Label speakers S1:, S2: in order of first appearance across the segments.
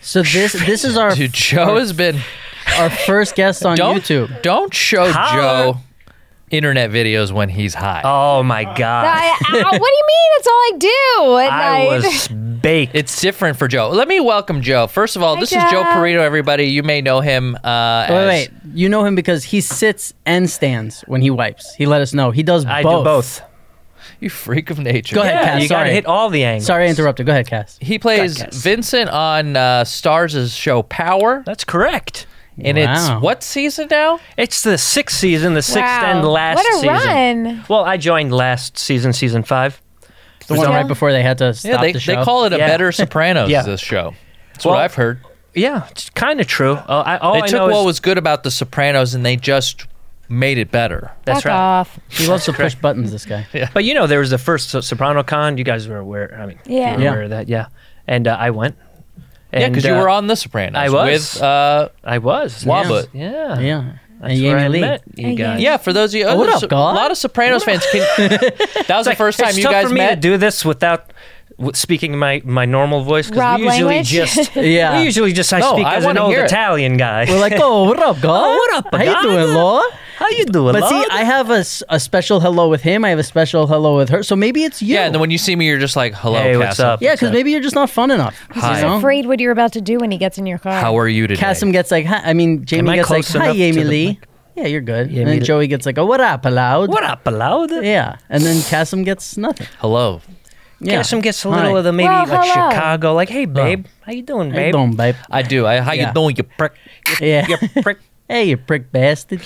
S1: So this this is our
S2: Dude, Joe has been.
S1: our first guest on
S2: Don't
S1: YouTube.
S2: don't show
S3: Holler.
S2: Joe internet videos when he's high.
S3: Oh my god.
S4: I, ow, what do you mean? That's all I do at
S3: I
S4: night.
S3: was baked.
S2: It's different for Joe. Let me welcome Joe. First of all, this is
S4: Joe.
S2: Joe Perito. Everybody, you may know him. Uh,
S1: Wait,
S2: as-
S1: wait, you know him because he sits and stands when he wipes. He let us know he does
S3: I
S1: both.
S3: do both.
S2: You freak of nature.
S1: Go ahead,
S3: Yeah,
S1: Cass.
S3: you
S1: sorry,
S3: gotta hit all the angles.
S1: sorry, I interrupted. Go ahead, Cass.
S2: He plays
S3: Podcast.
S2: Vincent on uh, Stars' show Power,
S3: That's correct.
S2: and
S1: Wow.
S2: it's what season now?
S3: It's the sixth season, the sixth
S4: Wow.
S3: and last
S4: What a
S3: season.
S4: run.
S3: Well, I joined last season, season five.
S1: The one
S4: Yeah.
S1: right before they had to stop
S2: yeah, they,
S1: the show.
S2: they call it a
S3: Yeah.
S2: better Sopranos.
S3: Yeah.
S2: This show. That's what
S3: Well,
S2: I've heard.
S3: Yeah, it's kind of true. Uh, I, all
S2: They
S3: I
S2: took
S3: know
S2: what
S3: is
S2: was good about the Sopranos and they just made it better.
S3: that's
S4: Fuck
S3: right.
S4: off.
S1: he loves to push buttons. This guy.
S3: But you know, there was the first So- Soprano Con. You guys were aware. I mean,
S4: Yeah.
S3: you were
S1: Yeah.
S3: aware of that. Yeah, and uh, I went.
S2: yeah, because
S3: And,
S2: you
S3: uh,
S2: were on the Sopranos.
S3: I was.
S2: with. Uh,
S3: I was.
S2: Wabut.
S3: Yeah.
S1: Yeah,
S3: That's
S1: and
S3: where I
S1: Jamie Lee.
S3: met you
S4: And
S3: guys.
S4: Jamie.
S2: yeah, for those of you,
S1: Oh, what
S2: other
S1: up,
S2: Sop- a
S1: God?
S2: lot of Sopranos fans can. that was the first time
S3: it's
S2: you
S3: tough
S2: guys
S3: for me
S2: met.
S3: to do this without w- speaking my my normal voice because
S4: Rob
S3: we usually
S4: language?
S3: just
S1: Yeah.
S3: we usually just I
S2: No,
S3: speak
S2: I
S3: as an
S2: wanna
S3: old
S2: hear it.
S3: Italian guy.
S1: We're like, oh, what up, God?
S3: what up,
S1: How you
S3: God?
S1: doing, Law?
S3: how you doing?
S1: But see,
S3: love?
S1: I have a, s- a special hello with him. I have a special hello with her. So maybe it's you.
S2: Yeah, and then when you see me, you're just like, "Hello,
S3: Hey, what's
S2: Cassim.
S3: up?
S1: yeah, because maybe you're just not fun enough.
S4: He's
S2: Hi.
S4: just afraid what you're about to do when he gets in your car.
S2: How are you today?"
S1: Cassim gets like, hi. I mean, Jamie
S3: I
S1: gets like,
S3: close enough
S1: hi,
S3: to
S1: Jamie
S3: the
S1: Lee.
S3: mic?
S1: Yeah, you're good.
S3: Jamie
S1: and then
S3: Lee.
S1: Joey gets like, oh, what up, allowed?
S3: what up, loud?
S1: Yeah, and then Cassim gets nothing.
S2: Hello.
S1: Yeah,
S3: Cassim gets a little
S1: Hi.
S3: of the maybe
S4: Well,
S3: like
S4: hello.
S3: Chicago, like, hey babe, how you doing,
S1: Hey,
S3: babe?
S1: dumb babe.
S2: I do. I, how
S1: Yeah.
S2: you doing, you prick?
S1: Yeah.
S3: You prick.
S1: hey, you prick bastard.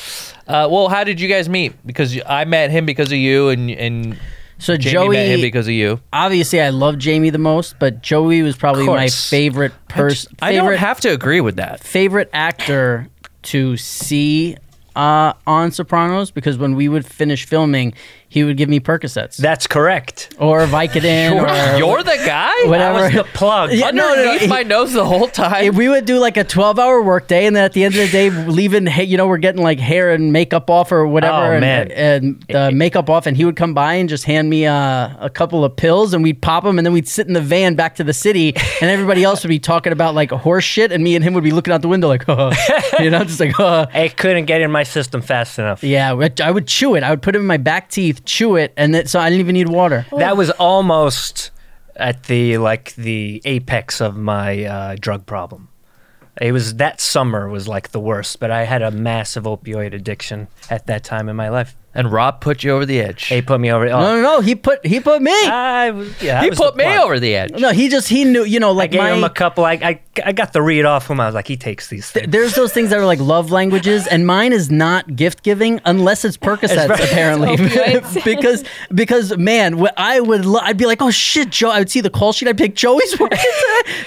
S2: Uh, well, how did you guys meet? Because you- I met him because of you, and and
S1: So
S2: Jamie
S1: Joey,
S2: met him because of you.
S1: obviously, I love Jamie the most, but Joey was probably my
S3: course.
S1: favorite person.
S2: I don't have to agree with that.
S1: favorite actor to see uh, on Sopranos because when we would finish filming, he would give me Percocets
S3: That's correct.
S1: or Vicodin
S2: You're,
S1: or
S2: you're the guy.
S1: whatever.
S3: I was the plug.
S1: Yeah, no, no,
S2: Underneath
S1: he-
S2: my nose the whole
S1: If
S2: time.
S1: we would do like a 12 hour workday, and then at the end of the day, leaving, ha- you know, we're getting like hair and makeup off or whatever,
S3: Oh,
S1: and,
S3: man.
S1: and uh, makeup off. And he would come by and just hand me uh, a couple of pills, and we'd pop them, and then we'd sit in the van back to the city, and everybody else would be talking about like horse shit, and me and him would be looking out the window like, uh, you know, just like, uh.
S3: I couldn't get in my system fast enough.
S1: Yeah, I- I would chew it. I would put it in my back teeth, chew it, and it, so I didn't even need water.
S3: That was almost at the like the apex of my uh, drug problem. It was that summer was like the worst, but I had a massive opioid addiction at that time in my life.
S2: And Rob put you over the edge.
S3: They put me over. Oh,
S1: No, no, no. He put he put me.
S3: I was, yeah, I
S2: he
S3: was the
S2: put me
S3: plug.
S2: over the edge.
S1: No, he just he knew. You know,
S3: I
S1: like
S3: gave
S1: my
S3: him a couple. I, I I got the read off him. I was like, he takes these things.
S1: there's those things that are like love languages, and mine is not gift giving unless it's Percocets apparently, because because man, wh- I would lo- I'd be like, oh shit, Joe. I would see the call sheet. I'd pick Joey's work.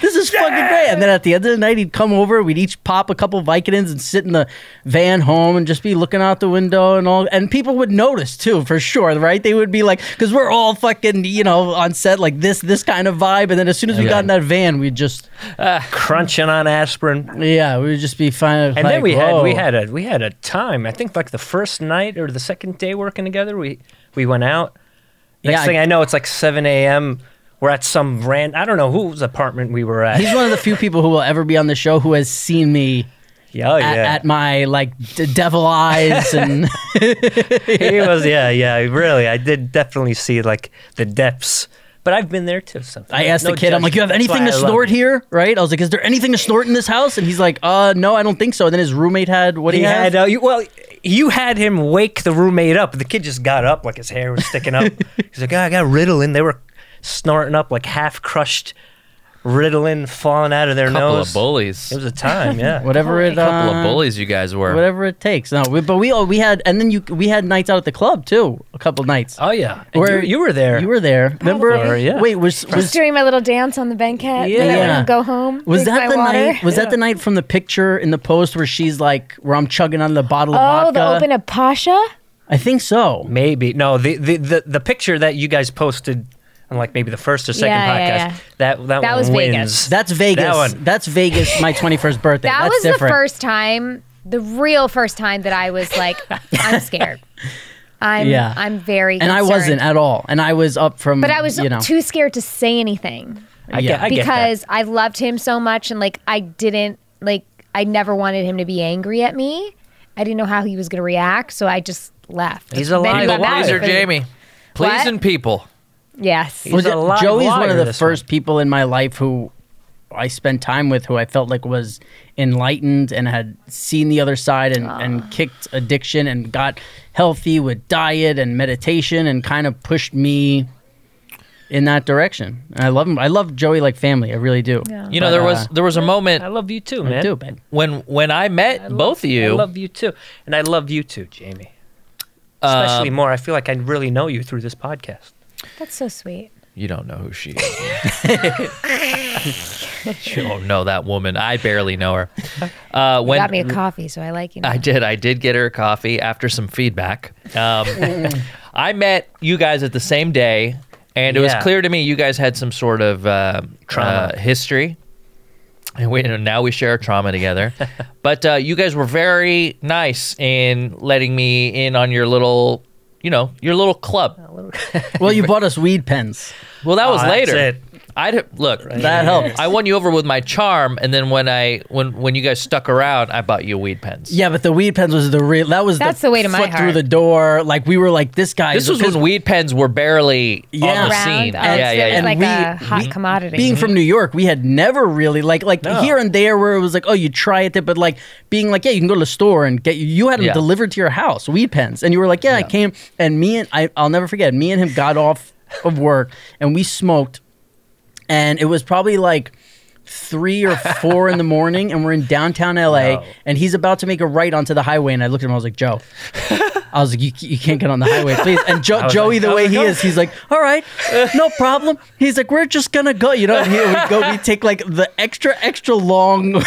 S1: this is fucking great. And then at the end of the night, he'd come over. We'd each pop a couple Vicodins and sit in the van home and just be looking out the window and all. And people would notice too, for sure, right? They would be like, because we're all fucking you know on set like this this kind of vibe. And then as soon as we got in that van, we'd just
S3: crunching on aspirin.
S1: yeah, we would just be fine.
S3: And then we had we had a we had a time. I think like the first night or the second day working together, we we went out. Next
S1: Yeah,
S3: thing
S1: I-
S3: I, know, it's like seven a.m. We're at some rand. I don't know whose apartment we were at.
S1: He's one of the few people who will ever be on the show who has seen me
S3: yeah, oh,
S1: at,
S3: yeah.
S1: at my like d- devil eyes and
S3: he was. Yeah, yeah. Really, I did definitely see like the depths. But I've been there too. Sometimes.
S1: I asked
S3: No
S1: the kid, I'm like, "You have
S3: judgment. That's
S1: anything
S3: why
S1: to
S3: I love
S1: snort
S3: you."
S1: here?" Right? I was like, "Is there anything to snort in this house?" And he's like, "Uh, no, I don't think so." And then his roommate had what
S3: He
S1: he,
S3: had. Uh, you, well, you had him wake the roommate up. The kid just got up like his hair was sticking up. He's like, oh, I got Ritalin. They were snorting up like half crushed Ritalin falling out of their
S2: couple
S3: nose.
S2: of bullies.
S3: It was a time, yeah.
S1: whatever it uh,
S2: couple of bullies you guys were.
S1: whatever it takes. No, we, but we all we had, and then you we had nights out at the club too, a couple nights.
S3: Oh yeah, And
S1: Where-
S3: you, you were there.
S1: You were there, remember?
S3: Probably. Yeah.
S1: Wait, was was
S4: Just doing my little dance on the banquette.
S1: Yeah.
S4: Yeah. Then I
S1: Yeah.
S4: wouldn't go home.
S1: Was
S4: drink
S1: that
S4: my
S1: the
S4: water.
S1: night? Was that the night from the picture in the post where she's like, where I'm chugging on the bottle of
S4: Oh,
S1: vodka?
S4: the open of Pasha?
S1: I think so.
S3: maybe no the, the the the picture that you guys posted on like maybe the first or second
S4: Yeah,
S3: podcast.
S4: yeah, yeah.
S3: That that,
S4: That
S3: one
S4: was
S3: wins.
S4: Vegas.
S1: That's Vegas.
S3: That one.
S1: That's Vegas. My 21st birthday.
S5: That
S1: That's
S5: was
S1: different.
S5: the first time, the real first time that I was like, I'm scared. I'm
S1: Yeah.
S5: I'm very
S1: and I
S5: concerned.
S1: wasn't at all. And I was up from.
S5: But I was
S1: you know.
S5: too scared to say anything.
S3: I
S1: Yeah.
S3: get, I get that.
S5: because I loved him so much and like I didn't like I never wanted him to be angry at me. I didn't know how he was going to react, so I just left.
S3: He's a
S5: Then
S3: liar.
S5: he
S2: He's a
S5: got mad
S2: pleaser,
S5: at me.
S2: Jamie.
S5: What?
S2: Pleasing people.
S5: Yes.
S3: He's a live
S1: Joey's one of
S3: wire,
S1: the
S3: this one.
S1: first people in my life who I spent time with who I felt like was enlightened and had seen the other side and,
S5: Ah.
S1: and kicked addiction and got healthy with diet and meditation and kind of pushed me in that direction. And I love him. I love Joey like family. I really do. Yeah.
S2: You know, there was there was a
S3: I
S2: moment
S3: love you too, man.
S1: I do, babe.
S2: when when I met both of
S3: I
S2: you.
S3: love you too, and I love you too, Jamie. Especially more, I feel like I really know you through this podcast.
S5: That's so sweet.
S2: you don't know who she is. you don't know that woman. I barely know her. Uh,
S5: You
S2: when
S5: got me a coffee, so I like you. Now.
S2: I did. I did get her a coffee after some feedback. Um, I met you guys at the same day, and it was
S3: Yeah.
S2: clear to me you guys had some sort of uh,
S3: Trauma.
S2: uh, history. And we and now we share trauma together, but uh, you guys were very nice in letting me in on your little, you know, your little club.
S1: Well, you bought us weed pens.
S2: Well, that was
S3: Oh, that's
S2: later.
S3: it.
S2: I'd look.
S1: That helped.
S2: I won you over with my charm, and then when I when when you guys stuck around, I bought you weed pens.
S1: Yeah, but the weed pens was the real. That was
S5: That's
S1: the,
S5: the way to my
S1: foot through
S5: heart.
S1: the door. Like we were like this guy.
S2: This
S1: is a
S2: was
S1: physical-
S2: when weed pens were barely
S1: Yeah.
S2: on the
S1: Round,
S2: scene.
S5: oh,
S2: yeah,
S5: so
S2: yeah,
S5: it was
S2: yeah.
S5: like- a hot commodity.
S1: Being
S3: Mm-hmm.
S1: from New York, we had never really like like here and there where it was like, oh, you try it, but like being like, yeah, you can go to the store and get you. You had them
S2: Yeah.
S1: delivered to your house, weed pens, and you were like, yeah, I came. And me and I, I'll never forget. Me and him got off of work and we smoked, and it was probably like. Three or four in the morning, and we're in downtown LA, and he's about to make a right onto the highway. And I looked at him, I was like, Joe, I was like, you, you can't get on the highway, please. And jo-
S3: was
S1: Joey,
S3: like-
S1: the
S3: I was
S1: way
S3: like,
S1: he
S3: no.
S1: is, he's like, all right, no problem. He's like, we're just gonna go. You know, and here we go. We take like the extra, extra long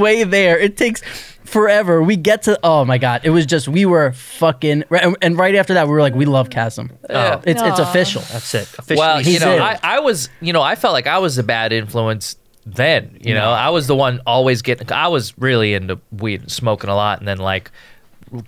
S1: way there. It takes forever. We get to. Oh my god, it was just we were fucking. right- And, and right after that, we were like, we love Chasm.
S2: Yeah.
S1: It's it's
S5: Aw.
S1: official.
S3: That's it. Officially
S2: well, you know,
S1: said-
S2: I, I was, you know, I felt like I was a bad influence then. You know, I was the one always getting. I was really into weed, and smoking a lot, and then like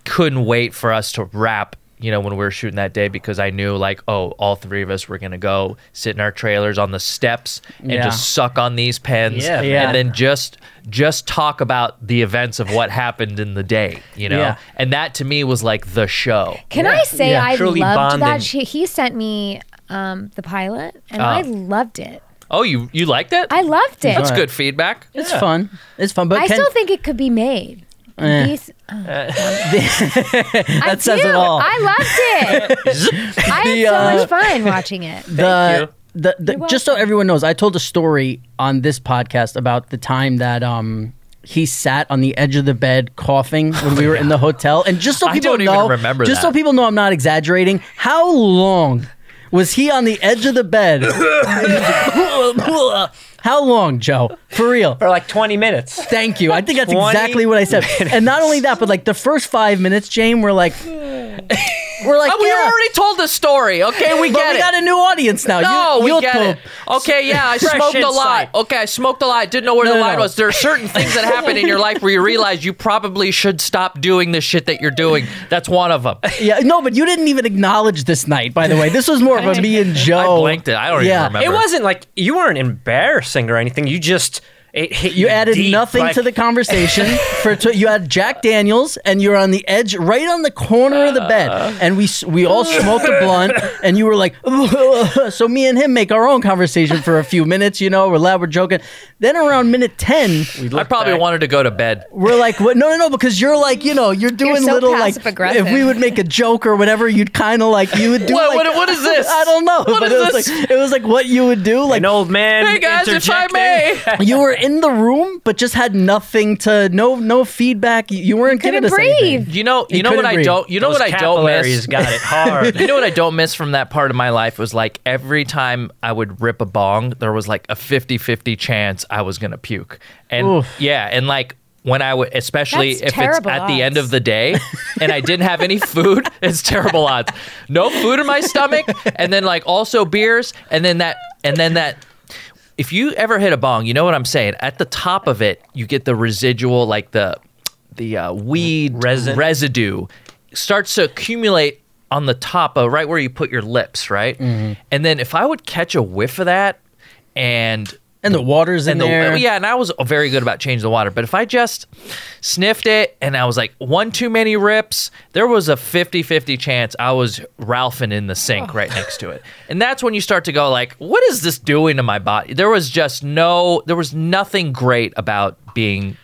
S2: couldn't wait for us to wrap. You know, when we were shooting that day, because I knew like, oh, all three of us were gonna go sit in our trailers on the steps and
S1: Yeah.
S2: just suck on these pens,
S3: Yeah,
S1: Yeah.
S2: and then just just talk about the events of what happened in the day. You know,
S1: Yeah.
S2: and that to me was like the show.
S5: Can I say
S1: Yeah,
S5: I
S3: truly
S5: loved
S3: bonding.
S5: that? She, he sent me um, the pilot, and I loved it.
S2: Oh, you you liked it?
S5: I loved it.
S2: That's good feedback.
S1: It's fun. It's fun. But
S5: I
S1: Ken,
S5: still think it could be made. These- oh, I
S1: that says
S5: do.
S1: it all.
S5: I loved it. I had
S1: The,
S5: so
S1: uh,
S5: much fun watching it.
S1: the, the, the
S5: You're
S1: just so everyone knows, I told a story on this podcast about the time that um he sat on the edge of the bed coughing when we were in the hotel, and just so
S2: I
S1: people
S2: don't even
S1: know,
S2: remember
S1: just so
S2: that.
S1: people know, I'm not exaggerating. How long was he on the edge of the bed? How long, Joe? For real?
S3: for like 20 minutes.
S1: Thank you. I think that's
S3: 20
S1: exactly what I said. And not only that, but like the first five minutes, Jane, we're like, we're like,
S2: Oh, we
S1: yeah,
S2: already told the story. Okay, we
S1: but
S2: get
S1: we
S2: it.
S1: got a new audience now.
S2: no,
S1: you,
S2: we
S1: you'll
S2: get it.
S1: poop.
S2: Okay, yeah, I smoked a lot.
S3: insight.
S2: Okay, I smoked a lot. Didn't know where
S1: No,
S2: the
S1: no,
S2: line
S1: no.
S2: was. There are certain things that happen in your life where you realize you probably should stop doing the shit that you're doing. That's one of them.
S1: Yeah, no, but you didn't even acknowledge this night, by the way. This was more of a me and Joe.
S2: I blanked it. I don't
S1: Oh, Yeah.
S2: even
S3: It
S2: remember.
S3: wasn't like you weren't embarrassing or anything. You just it hit
S1: You added
S3: deep,
S1: nothing
S3: like-
S1: to the conversation. For tw- you had Jack Daniels, and you were on the edge, right on the corner of the bed,
S2: Uh.
S1: and we s- we all smoked a blunt, and you were like, so me and him make our own conversation for a few minutes. You know, we're loud, we're joking. Then around minute ten,
S2: I probably wanted to go to bed.
S1: we're like, what? No, no, no, because you're like, you know, you're doing
S5: so
S1: little like,
S5: passive-aggressive.
S1: if we would make a joke or whatever, you'd kind of like, you would do
S2: What-
S1: like,
S2: what- what is this?
S1: I don't know,
S2: What
S1: but
S2: is
S1: it was
S2: this?
S1: like, it was like what you would do, like
S3: an old man.
S2: Hey guys, if I
S3: interjecting.
S2: may.
S1: you were in the room, but just had nothing to no no feedback. You, you weren't giving
S5: Couldn't
S1: us anything.
S5: breathe.
S2: You know,
S1: He
S2: you know what
S1: couldn't
S2: I
S1: breathe.
S2: don't. You know
S3: Those
S2: what I don't
S3: capillaries
S2: miss.
S3: got it hard.
S2: You know what I don't miss from that part of my life was like every time I would rip a bong, there was like a 50 50 chance I was going to puke. And
S1: Oof.
S2: yeah, and like when I would, especially
S5: That's
S2: if it's
S5: terrible
S2: at the end
S5: odds.
S2: of the day and I didn't have any food, it's terrible odds. No food in my stomach, and then like also beers, and then that, and then that. If you ever hit a bong, you know what I'm saying. At the top of it, you get the residual, like the the uh, weed
S3: Resin.
S2: residue starts to accumulate
S1: Mm-hmm.
S2: on the top of right where you put your lips, right? And then if I would catch a whiff of that, and
S1: And the water's in
S2: and the,
S1: there.
S2: yeah, and I was very good about changing the water. But if I just sniffed it and I was like one too many rips, there was a 50-50 chance I was Ralphing in the sink right
S1: Oh.
S2: next to it. And that's when you start to go like, what is this doing to my body? There was just no there was nothing great about being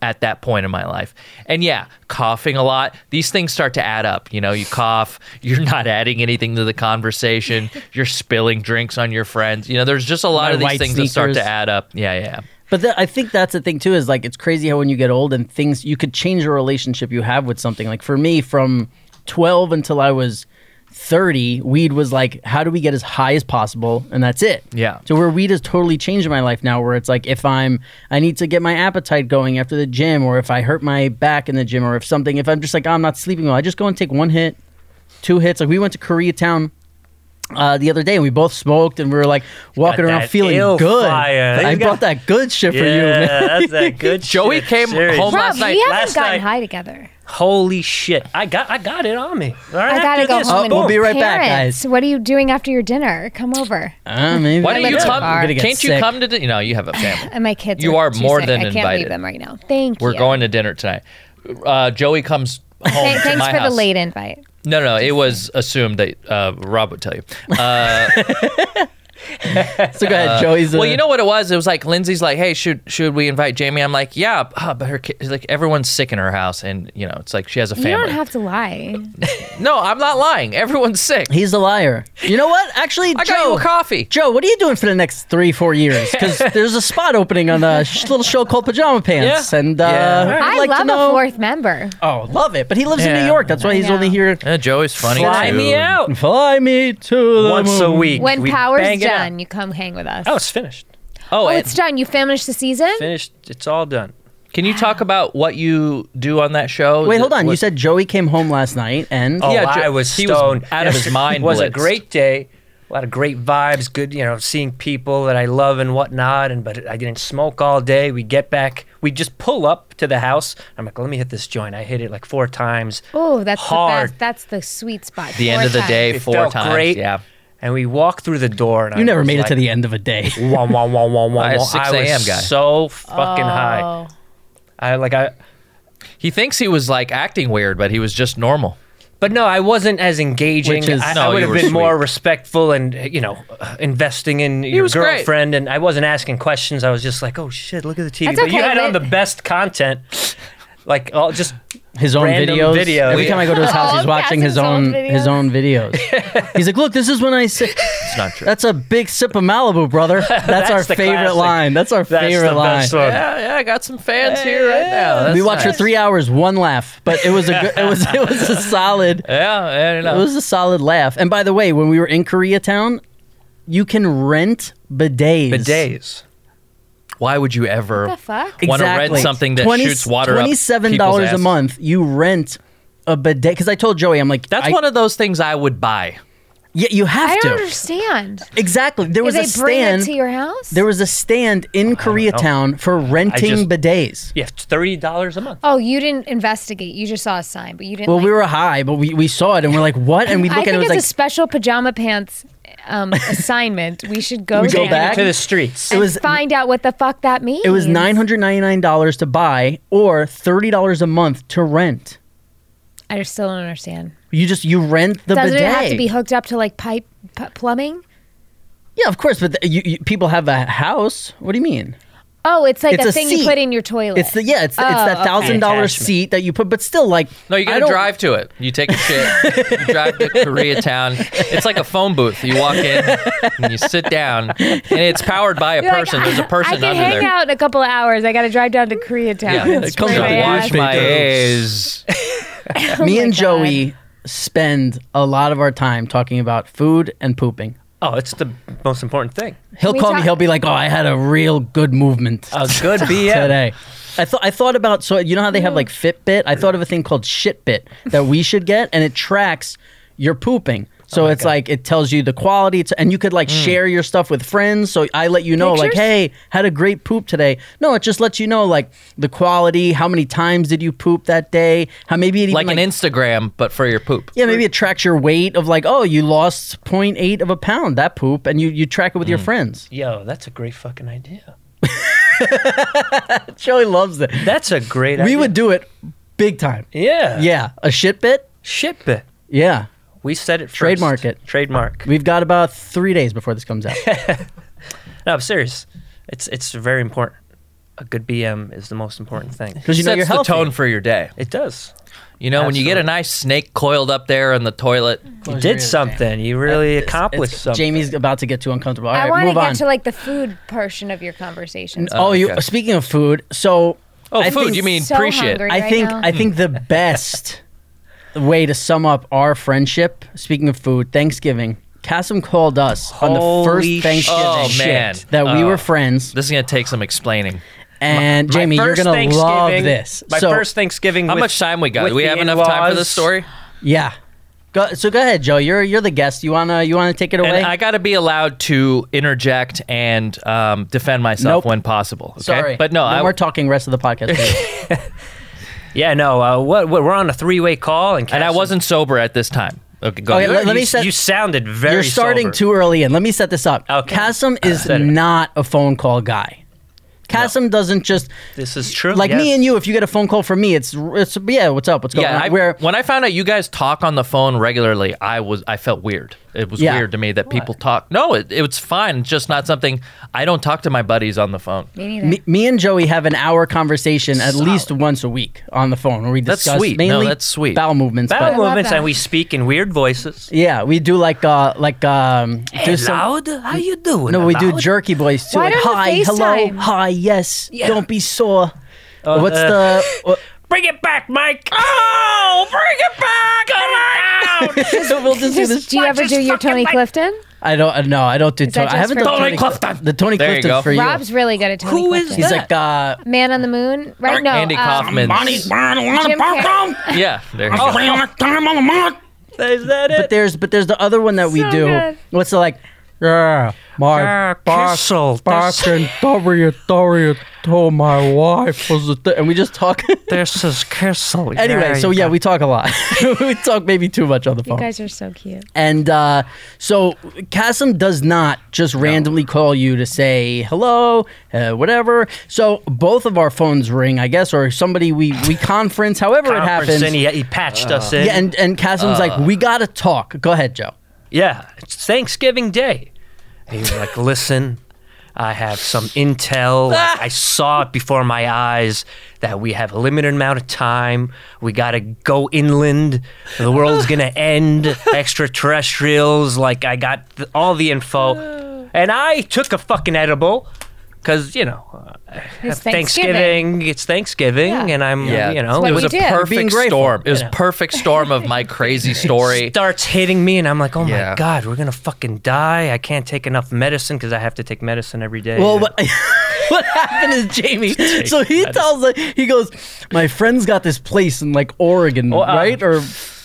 S2: at that point in my life. And yeah, coughing a lot, these things start to add up. You know, you cough, you're not adding anything to the conversation, you're spilling drinks on your friends. You know, there's just a lot
S1: My
S2: of these
S1: white
S2: things that start to
S1: sneakers.
S2: add up. Yeah, yeah.
S1: But that I think that's the thing too. Is like it's crazy how when you get old and things, you could change the relationship you have with something. Like for me, from twelve until I was thirty, weed was like, how do we get as high as possible, and that's it.
S2: Yeah.
S1: So where weed has totally changed in my life now, where it's like if I'm, I need to get my appetite going after the gym, or if I hurt my back in the gym, or if something, if I'm just like "Oh, I'm not sleeping well, I just go and take one hit, two hits. Like we went to Koreatown. Uh, the other day, and we both smoked, and we were like walking
S3: Got
S1: around
S3: that
S1: feeling
S3: ill
S1: good.
S3: fire.
S1: I
S3: You got-
S1: brought that good shit for
S3: yeah,
S1: you, man.
S3: that's that good.
S2: Joey
S3: shit,
S2: came
S3: serious.
S2: home-
S5: Rob,
S2: Last
S5: we
S2: night-
S5: haven't
S3: last
S5: gotten
S3: night-
S5: high together.
S3: Holy shit! I got I got it on me. All right,
S5: I gotta
S3: after
S5: go
S3: this,
S5: home and
S1: we'll
S3: boom.
S1: be right back,
S5: Parents, What are you doing after your dinner? Come over.
S1: Uh, maybe
S2: Why
S1: I
S2: don't you
S1: could.
S2: come?
S1: I'm gonna get
S2: Can't you
S1: sick.
S2: come to dinner? You know, you have a family.
S5: And my kids.
S2: You are
S5: too
S2: more
S5: sick.
S2: than
S5: I can't
S2: invited.
S5: leave them right now. Thank
S2: We're
S5: you.
S2: going to dinner tonight. Uh, Joey comes home.
S5: Th-
S2: to
S5: thanks
S2: my
S5: for
S2: house.
S5: the late invite.
S2: No, no, it was assumed that uh, Rob would tell you. Uh,
S1: So go ahead, Joey's.
S2: well,
S1: uh,
S2: you know what it was? It was like Lindsay's like, "Hey, should should we invite Jamie?" I'm like, "Yeah," uh, but her kid, like everyone's sick in her house, and you know, it's like she has a family.
S5: You don't have to lie.
S2: no, I'm not lying. Everyone's sick.
S1: he's a liar. You know what? Actually,
S2: I
S1: Joe,
S2: got you a coffee.
S1: Joe, what are you doing for the next three, four years? Because there's a spot opening on a sh- little show called Pajama Pants,
S2: Yeah.
S1: and uh,
S2: Yeah.
S1: I'd
S5: I
S1: like to
S5: love
S1: know.
S5: a fourth member.
S1: Oh, love it! But he lives in
S3: Yeah.
S1: New York. That's why he's
S5: know.
S1: only here.
S2: Yeah, Joey's funny.
S3: Fly
S2: too.
S3: me
S2: Oh.
S3: out
S1: Fly me to the
S3: once a
S1: moon.
S3: week.
S5: When
S3: we
S5: power's
S3: bang it out.
S5: done, you come hang with us.
S3: Oh, it's finished.
S2: Oh,
S5: Oh,
S2: and
S5: it's done. You finished the season.
S3: Finished. It's all done.
S2: can you talk about what you do on that show?
S1: Wait, hold on. You
S2: What-
S1: said Joey came home last night, and
S3: Oh,
S2: Yeah,
S3: I
S2: Joe-
S3: was
S2: he was
S3: stoned
S2: out of his
S3: Yesterday
S2: mind
S3: Was a
S2: blitzed.
S3: great day. A lot of great vibes. Good, you know, seeing people that I love and whatnot. And but I didn't smoke all day. We get back. We just pull up to the house. I'm like, let me hit this joint. I hit it like four times.
S5: Oh, that's
S3: hard.
S5: the best. That's the sweet spot.
S2: the end
S5: Four
S2: of the
S5: times.
S2: day
S3: It
S2: four
S3: felt
S2: times.
S3: great.
S2: Yeah.
S3: And we walk through the door. And
S1: you never made it to the end of a day.
S3: end. Wah, wah, wah, wah, wah,
S2: I was
S3: wah. I
S2: 6 a.m.
S3: was
S2: guy.
S3: so fucking high.
S5: Oh.
S3: I like I.
S2: He thinks he was like acting weird, but he was just normal.
S3: But no, I wasn't as engaging.
S1: Which is-
S3: I,
S2: No,
S3: I would
S2: you
S3: have
S2: were
S3: been more
S2: sweet.
S3: respectful and you know, investing in your
S2: was great.
S3: girlfriend. And I wasn't asking questions. I was just like, oh shit, look at the TV.
S5: That's
S3: but you
S5: okay,
S3: had on the
S5: but-
S3: best content. Like all just
S1: his own
S3: Random
S1: videos.
S3: video,
S1: Every
S3: yeah.
S1: time I go to his house, he's
S5: Oh,
S1: watching his
S5: Cassie's
S1: own
S5: old videos.
S1: his own videos. he's like, "Look, this is when I sit."
S2: It's not true.
S1: That's a big sip of Malibu, brother. That's, our
S3: the
S1: favorite
S3: classic.
S1: line. That's our
S3: that's
S1: favorite
S3: the
S1: line.
S3: best one.
S2: yeah, yeah, I got some fans here right now.
S1: we
S2: That's
S1: watched
S2: nice.
S1: for three hours, one laugh, but it was a good, it was it was a solid
S2: Yeah, I don't
S1: it
S2: know.
S1: was a solid laugh. And by the way, when we were in Koreatown, you can rent bidets.
S3: Bidets.
S2: Why would you ever
S5: the fuck?
S2: want to rent something that
S1: 20
S2: shoots water up?
S1: Twenty-seven
S2: people's
S1: dollars a
S2: asses?
S1: month. You rent a bidet because I told Joey, I'm like,
S2: That's
S1: I,
S2: one of those things I would buy.
S1: Yeah, you have
S5: I
S1: to.
S5: don't understand.
S1: Exactly. There was
S5: Do
S1: a
S5: they bring
S1: stand.
S5: it to your house?
S1: There was a stand in Koreatown for renting
S3: just-
S1: bidets.
S3: Yeah, thirty dollars a month.
S5: oh, you didn't investigate. You just saw a sign, but you didn't.
S1: Well,
S5: like,
S1: we were high, but we, we saw it and we're like, what? And we
S5: I
S1: look
S5: think
S1: at it, it was
S5: it's
S1: like,
S5: a special pajama pants um, assignment. We should go
S1: We go
S5: there
S1: back?
S3: To the streets.
S5: and
S1: was-
S5: find out what the fuck that means.
S1: it was nine hundred ninety nine dollars to buy or thirty dollars a month to rent.
S5: I just still don't understand.
S1: You just you rent the
S5: Doesn't
S1: bidet.
S5: it have to be hooked up to like pipe p- plumbing?
S1: yeah, of course. But the, you, you, people have a house. What do you mean?
S5: Oh, it's like
S1: It's
S5: a,
S1: a
S5: thing
S1: seat.
S5: you put in your toilet.
S1: It's the yeah. It's
S5: Oh,
S1: it's that
S5: okay.
S1: thousand dollars
S3: Attachment.
S1: seat that you put. But still, like
S2: No, you
S1: I
S2: gotta
S1: don't-
S2: drive to it. You take a shit. you drive to Koreatown. It's like a phone booth. You walk in and you sit down, and it's powered by a
S5: You're like,
S2: person. There's a
S5: I
S2: person
S5: can
S2: under
S5: hang
S2: there.
S5: out in a couple of hours. I got to drive down to Koreatown.
S2: Yeah,
S5: and
S2: it
S5: spray
S2: comes to
S5: my
S2: wash
S5: ass.
S2: my ass.
S1: Me
S5: Oh my
S1: and
S5: God.
S1: Joey spend a lot of our time talking about food and pooping.
S3: Oh, it's the most important thing.
S1: He'll
S5: we
S1: call me.
S5: talk-
S1: He'll be like, "Oh, I had a real good movement
S3: A good BM.
S1: today." I thought I thought about so you know how they have like Fitbit. I thought of a thing called Shitbit that we should get, and it tracks your pooping. So it's like it tells you the quality, it's, and you could like share your stuff with friends. So I let you know, like,
S5: Pictures?
S1: hey, had a great poop today. No, it just lets you know like the quality, how many times did you poop that day, how maybe it even,
S2: like, an Instagram, but for your poop.
S1: yeah, maybe it tracks your weight of like, oh, you lost 0.8 of a pound that poop, and you you track it with your friends.
S3: Yo, that's a great fucking idea.
S1: Joey loves it.
S3: That's a great
S1: We
S3: idea.
S1: would do it big time.
S3: Yeah.
S1: Yeah, a shit bit.
S3: Ship it.
S1: Yeah,
S3: We said it first.
S1: Trademark it.
S3: Trademark.
S1: we've got about three days before this comes out.
S3: No, I'm serious. It's it's very important. A good BM is the most
S1: Mm.
S3: important thing.
S1: Because you know
S2: Sets
S1: you're
S2: the
S1: healthy.
S2: tone for your day.
S3: It does.
S2: You know, when you get a
S3: Absolutely.
S2: nice snake coiled up there in the toilet,
S3: You did something. You really accomplished
S1: It's-
S3: something.
S1: Jamie's about to get too uncomfortable. All
S5: I
S1: right,
S5: want to
S1: move
S5: get
S1: on.
S5: to like the food portion of your conversation.
S1: oh, you.
S2: okay.
S1: Speaking of food, so
S2: oh,
S1: I
S2: food,
S1: think-
S2: you mean
S5: so
S2: pre shit.
S5: hungry.
S1: I
S5: right
S1: think
S5: now.
S1: I think the best way to sum up our friendship. Speaking of food, Thanksgiving. Casim called us on the
S3: Holy
S1: first Thanksgiving
S2: Oh, man.
S1: that we
S2: Oh.
S1: were friends,
S2: This is going to take some explaining.
S1: and Jamie,
S3: My
S1: you're
S3: first
S1: gonna love
S3: Thanksgiving-
S1: this.
S3: My
S1: so
S3: first Thanksgiving.
S2: How
S3: with-
S2: much time we got?
S3: with
S2: Do we
S3: the
S2: have enough time for
S3: in-laws.
S2: this story?
S1: yeah, go, so go ahead, Joe. You're you're the guest. You wanna you wanna take it away?
S2: And I got to be allowed to interject and um, defend
S1: Nope.
S2: myself when possible. Okay?
S1: Sorry,
S2: But no, I,
S1: we're talking rest of the podcast.
S3: Yeah, no. Uh, what, what? We're on a three-way call, and
S2: and I
S3: Cassie-
S2: wasn't sober at this time. Okay, go
S1: Okay,
S2: ahead.
S1: let- let
S3: you,
S1: me set-
S3: you sounded very.
S1: You're starting
S3: sober.
S1: too early in. Let me set this up.
S3: Okay.
S1: Kasim is
S3: Set it.
S1: not a phone call guy. Kasim doesn't just
S3: This is true.
S1: like me
S3: yes.
S1: and you. If you get a phone call from me, it's it's yeah. What's up? What's going
S2: yeah,
S1: on?
S2: I,
S1: Where
S2: when I found out you guys talk on the phone regularly, I was I felt weird. It was
S1: Yeah.
S2: weird to me that people talk. No, it, it was fine. It's just not something I don't talk to my buddies on the phone.
S5: Me neither.
S1: me, me and Joey have an hour conversation at least once a week on the phone where we
S2: That's
S1: discuss
S2: sweet. No,
S1: mainly
S2: that's sweet.
S1: bowel movements.
S3: Bowel
S1: but,
S3: movements,
S5: that.
S3: and we speak in weird voices.
S1: yeah, we do like uh like um do some.
S3: loud? How you doing?
S1: No, we do
S3: loud?
S1: jerky voice too.
S5: Why
S1: like,
S5: don't you
S1: hi, hello,
S5: FaceTime?
S1: hi, yes.
S3: Yeah.
S1: Don't be sore. what's
S3: uh,
S1: the? what-
S3: Bring it back, Mike. Oh, bring it back. Come on.
S1: we'll just do this.
S5: do you ever
S3: just
S5: do your
S3: fucking
S5: Tony
S3: like-
S5: Clifton?
S1: I don't. uh, No, I don't do. Tony.
S5: that
S1: I haven't
S5: just
S1: done
S5: for-
S2: Tony Clifton.
S1: The Tony
S2: There you
S1: Clifton
S2: go.
S1: for you.
S5: Rob's really good at Tony
S3: Who is
S5: Clifton.
S1: He's like, uh,
S5: Man on the Moon, right? No,
S2: Andy
S5: uh,
S2: Kaufman.
S5: Jim Carrey.
S2: Yeah, there you
S1: Oh,
S2: go.
S3: Is that
S1: but
S3: it?
S1: there's but there's the other one that we
S5: So
S1: do.
S5: good.
S1: What's the like? Yeah, my boss,
S3: Kissel.
S1: boss and Doria Doria told my wife was the th-, and we just talk.
S3: This is Oh, Kissel.
S1: anyway, so yeah, we talk a lot. we talk maybe too much on the
S5: You
S1: phone.
S5: guys are so cute.
S1: And uh, so Kasim does not just randomly call you to say hello, uh, whatever. So both of our phones ring, I guess, or somebody we we conference, however it happens. Uh,
S3: And he, he patched us in.
S1: yeah, and and Kasim's
S2: uh,
S1: like, we gotta talk. Go ahead, Joe.
S3: Yeah, it's Thanksgiving Day. He was like, listen, I have some intel. Like, I saw it before my eyes that we have a limited amount of time. We got to go inland. The world's going to end. Extraterrestrials. Like, I got th- all the info. And I took a fucking edible. Because, you know, uh,
S5: It's
S3: Thanksgiving.
S5: Thanksgiving.
S3: it's Thanksgiving,
S5: Yeah.
S3: and I'm,
S2: Yeah,
S3: you know,
S2: it
S5: what you
S2: was a
S5: do. You're
S1: being
S2: perfect
S1: grateful,
S2: storm. It was
S3: you know.
S2: perfect storm of my crazy story.
S3: starts hitting me, and I'm like, oh my
S2: Yeah.
S3: god, we're gonna fucking die. I can't take enough medicine because I have to take medicine every day.
S1: Well,
S3: And-
S1: what, what happened is Jamie. So he tells us he goes, "My friend's got this place in like Oregon,
S2: Oh,
S3: uh,
S1: right? Or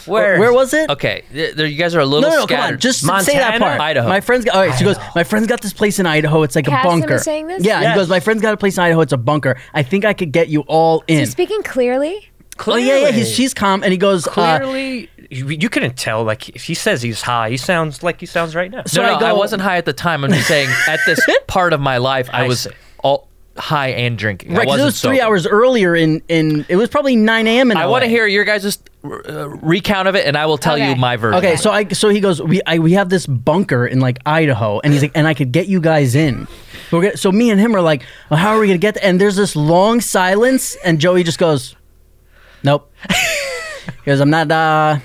S3: where?
S1: Where was it?
S2: Okay, th- there, you guys are a little
S1: No, no, no, come
S2: scattered.
S1: on. Just say that
S3: Montana?
S1: part.
S2: Idaho.
S1: My friend's got. All right, so he goes. My friend's got this place in Idaho. It's like a
S5: Kasim is
S1: bunker.
S5: saying this?
S1: Yeah,
S3: Yes.
S1: he goes. My friend's got a place in Idaho. It's a bunker. I think I could get you all in.
S5: You're speaking clearly.
S1: oh yeah, yeah. He's, she's calm, and he goes. Uh,
S3: clearly. you, you couldn't tell. Like if he says he's high, he sounds like he sounds right now.
S1: so
S2: no, no,
S1: I go.
S2: I wasn't high at the time. I'm just saying, at this part of my life, I,
S3: I
S2: was
S3: see.
S2: all high and drinking. I
S1: Right, 'cause
S2: wasn't
S1: it was three
S2: sober.
S1: hours earlier. In in it was probably nine a.m. in
S2: I
S1: LA.
S2: want to hear your guys' uh, recount of it, and I will tell you
S5: Okay.
S2: my version.
S1: Okay, so I so he goes we I, we have this bunker in like Idaho, and he's like, and I could get you guys in. We're gonna, so me and him are like, well, how are we gonna get? There? And there's this long silence, and Joey just goes, nope. he goes, I'm not. uh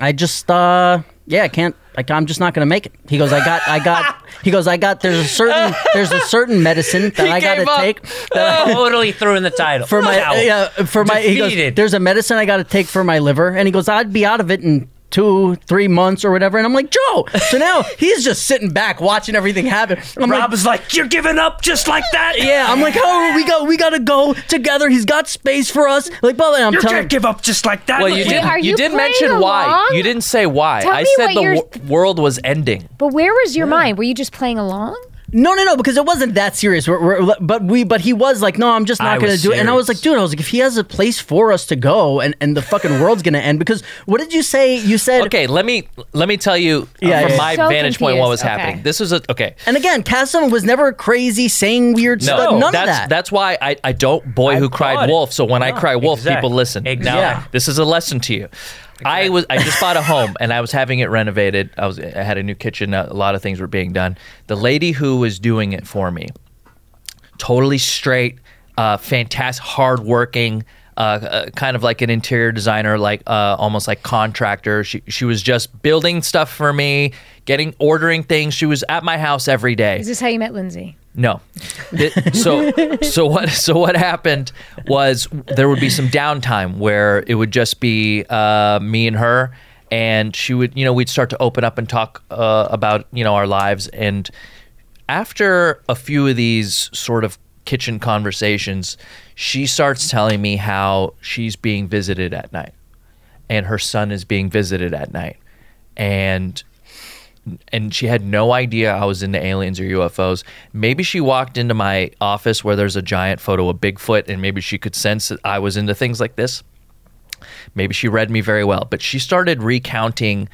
S1: I just uh yeah, I can't. I, I'm just not gonna make it. He goes, I got, I got. He goes, I got. There's a certain, there's a certain medicine that I gotta
S2: gave up.
S1: take. That I,
S3: totally threw in the title
S1: for my
S3: Wow.
S1: yeah for my he goes,
S3: Defeated.
S1: there's a medicine I got to take for my liver and he goes I'd be out of it in two, three months or whatever. And I'm like, Joe. So now he's just sitting back watching everything happen. I'm
S3: Rob
S1: like,
S3: was like, "You're giving up just like that."
S1: yeah, I'm like, oh, we got we gotta go together. He's got space for us. Like, blah, blah. I'm
S3: you
S1: telling
S3: can't give up just like that.
S2: Well, you did.
S4: are
S2: You,
S4: you
S2: did
S4: playing
S2: mention why.
S4: along?
S2: You didn't say why.
S4: Tell
S2: I
S4: me
S2: said
S4: what
S2: the
S4: your-
S2: wor- world was ending.
S5: But where was your mind? Were you just playing along?
S1: No, no, no, because it wasn't that serious. We're, we're, but we, but he was like, no, I'm just
S3: I
S1: not going to
S3: was
S1: do it. And I was like,
S3: serious.
S1: dude, I was like, if he has a place for us to go, and and the fucking world's going to end, because what did you say? You said,
S2: Okay, let me let me tell you uh,
S1: Yeah,
S2: from
S1: yeah.
S2: my
S5: So
S2: vantage point what was
S5: confused.
S2: happening.
S5: Okay.
S2: This was a okay.
S1: and again, Casim was never crazy, saying weird stuff. None
S2: that's,
S1: of that.
S2: That's why I, I don't boy
S3: I
S2: who
S3: thought
S2: cried
S3: it.
S2: wolf. So when I
S3: No,
S2: cry wolf,
S3: exact-
S2: people listen. Now
S3: exact.
S2: this is a lesson to you. I was I just bought a home and I was having it renovated. I was I had a new kitchen. A lot of things were being done. The lady who was doing it for me, totally straight, uh, fantastic, hardworking, uh, uh, kind of like an interior designer, like uh, almost like contractor. She she was just building stuff for me, getting ordering things. She was at my house every day.
S5: Is this how you met Lindsay?
S2: No. Th- so so what so what happened was there would be some downtime where it would just be uh, me and her and she would you know we'd start to open up and talk uh, about you know our lives and after a few of these sort of kitchen conversations she starts telling me how she's being visited at night and her son is being visited at night and and she had no idea I was into aliens or UFOs. Maybe she walked into my office where there's a giant photo of Bigfoot, and maybe she could sense that I was into things like this. Maybe she read me very well, but she started recounting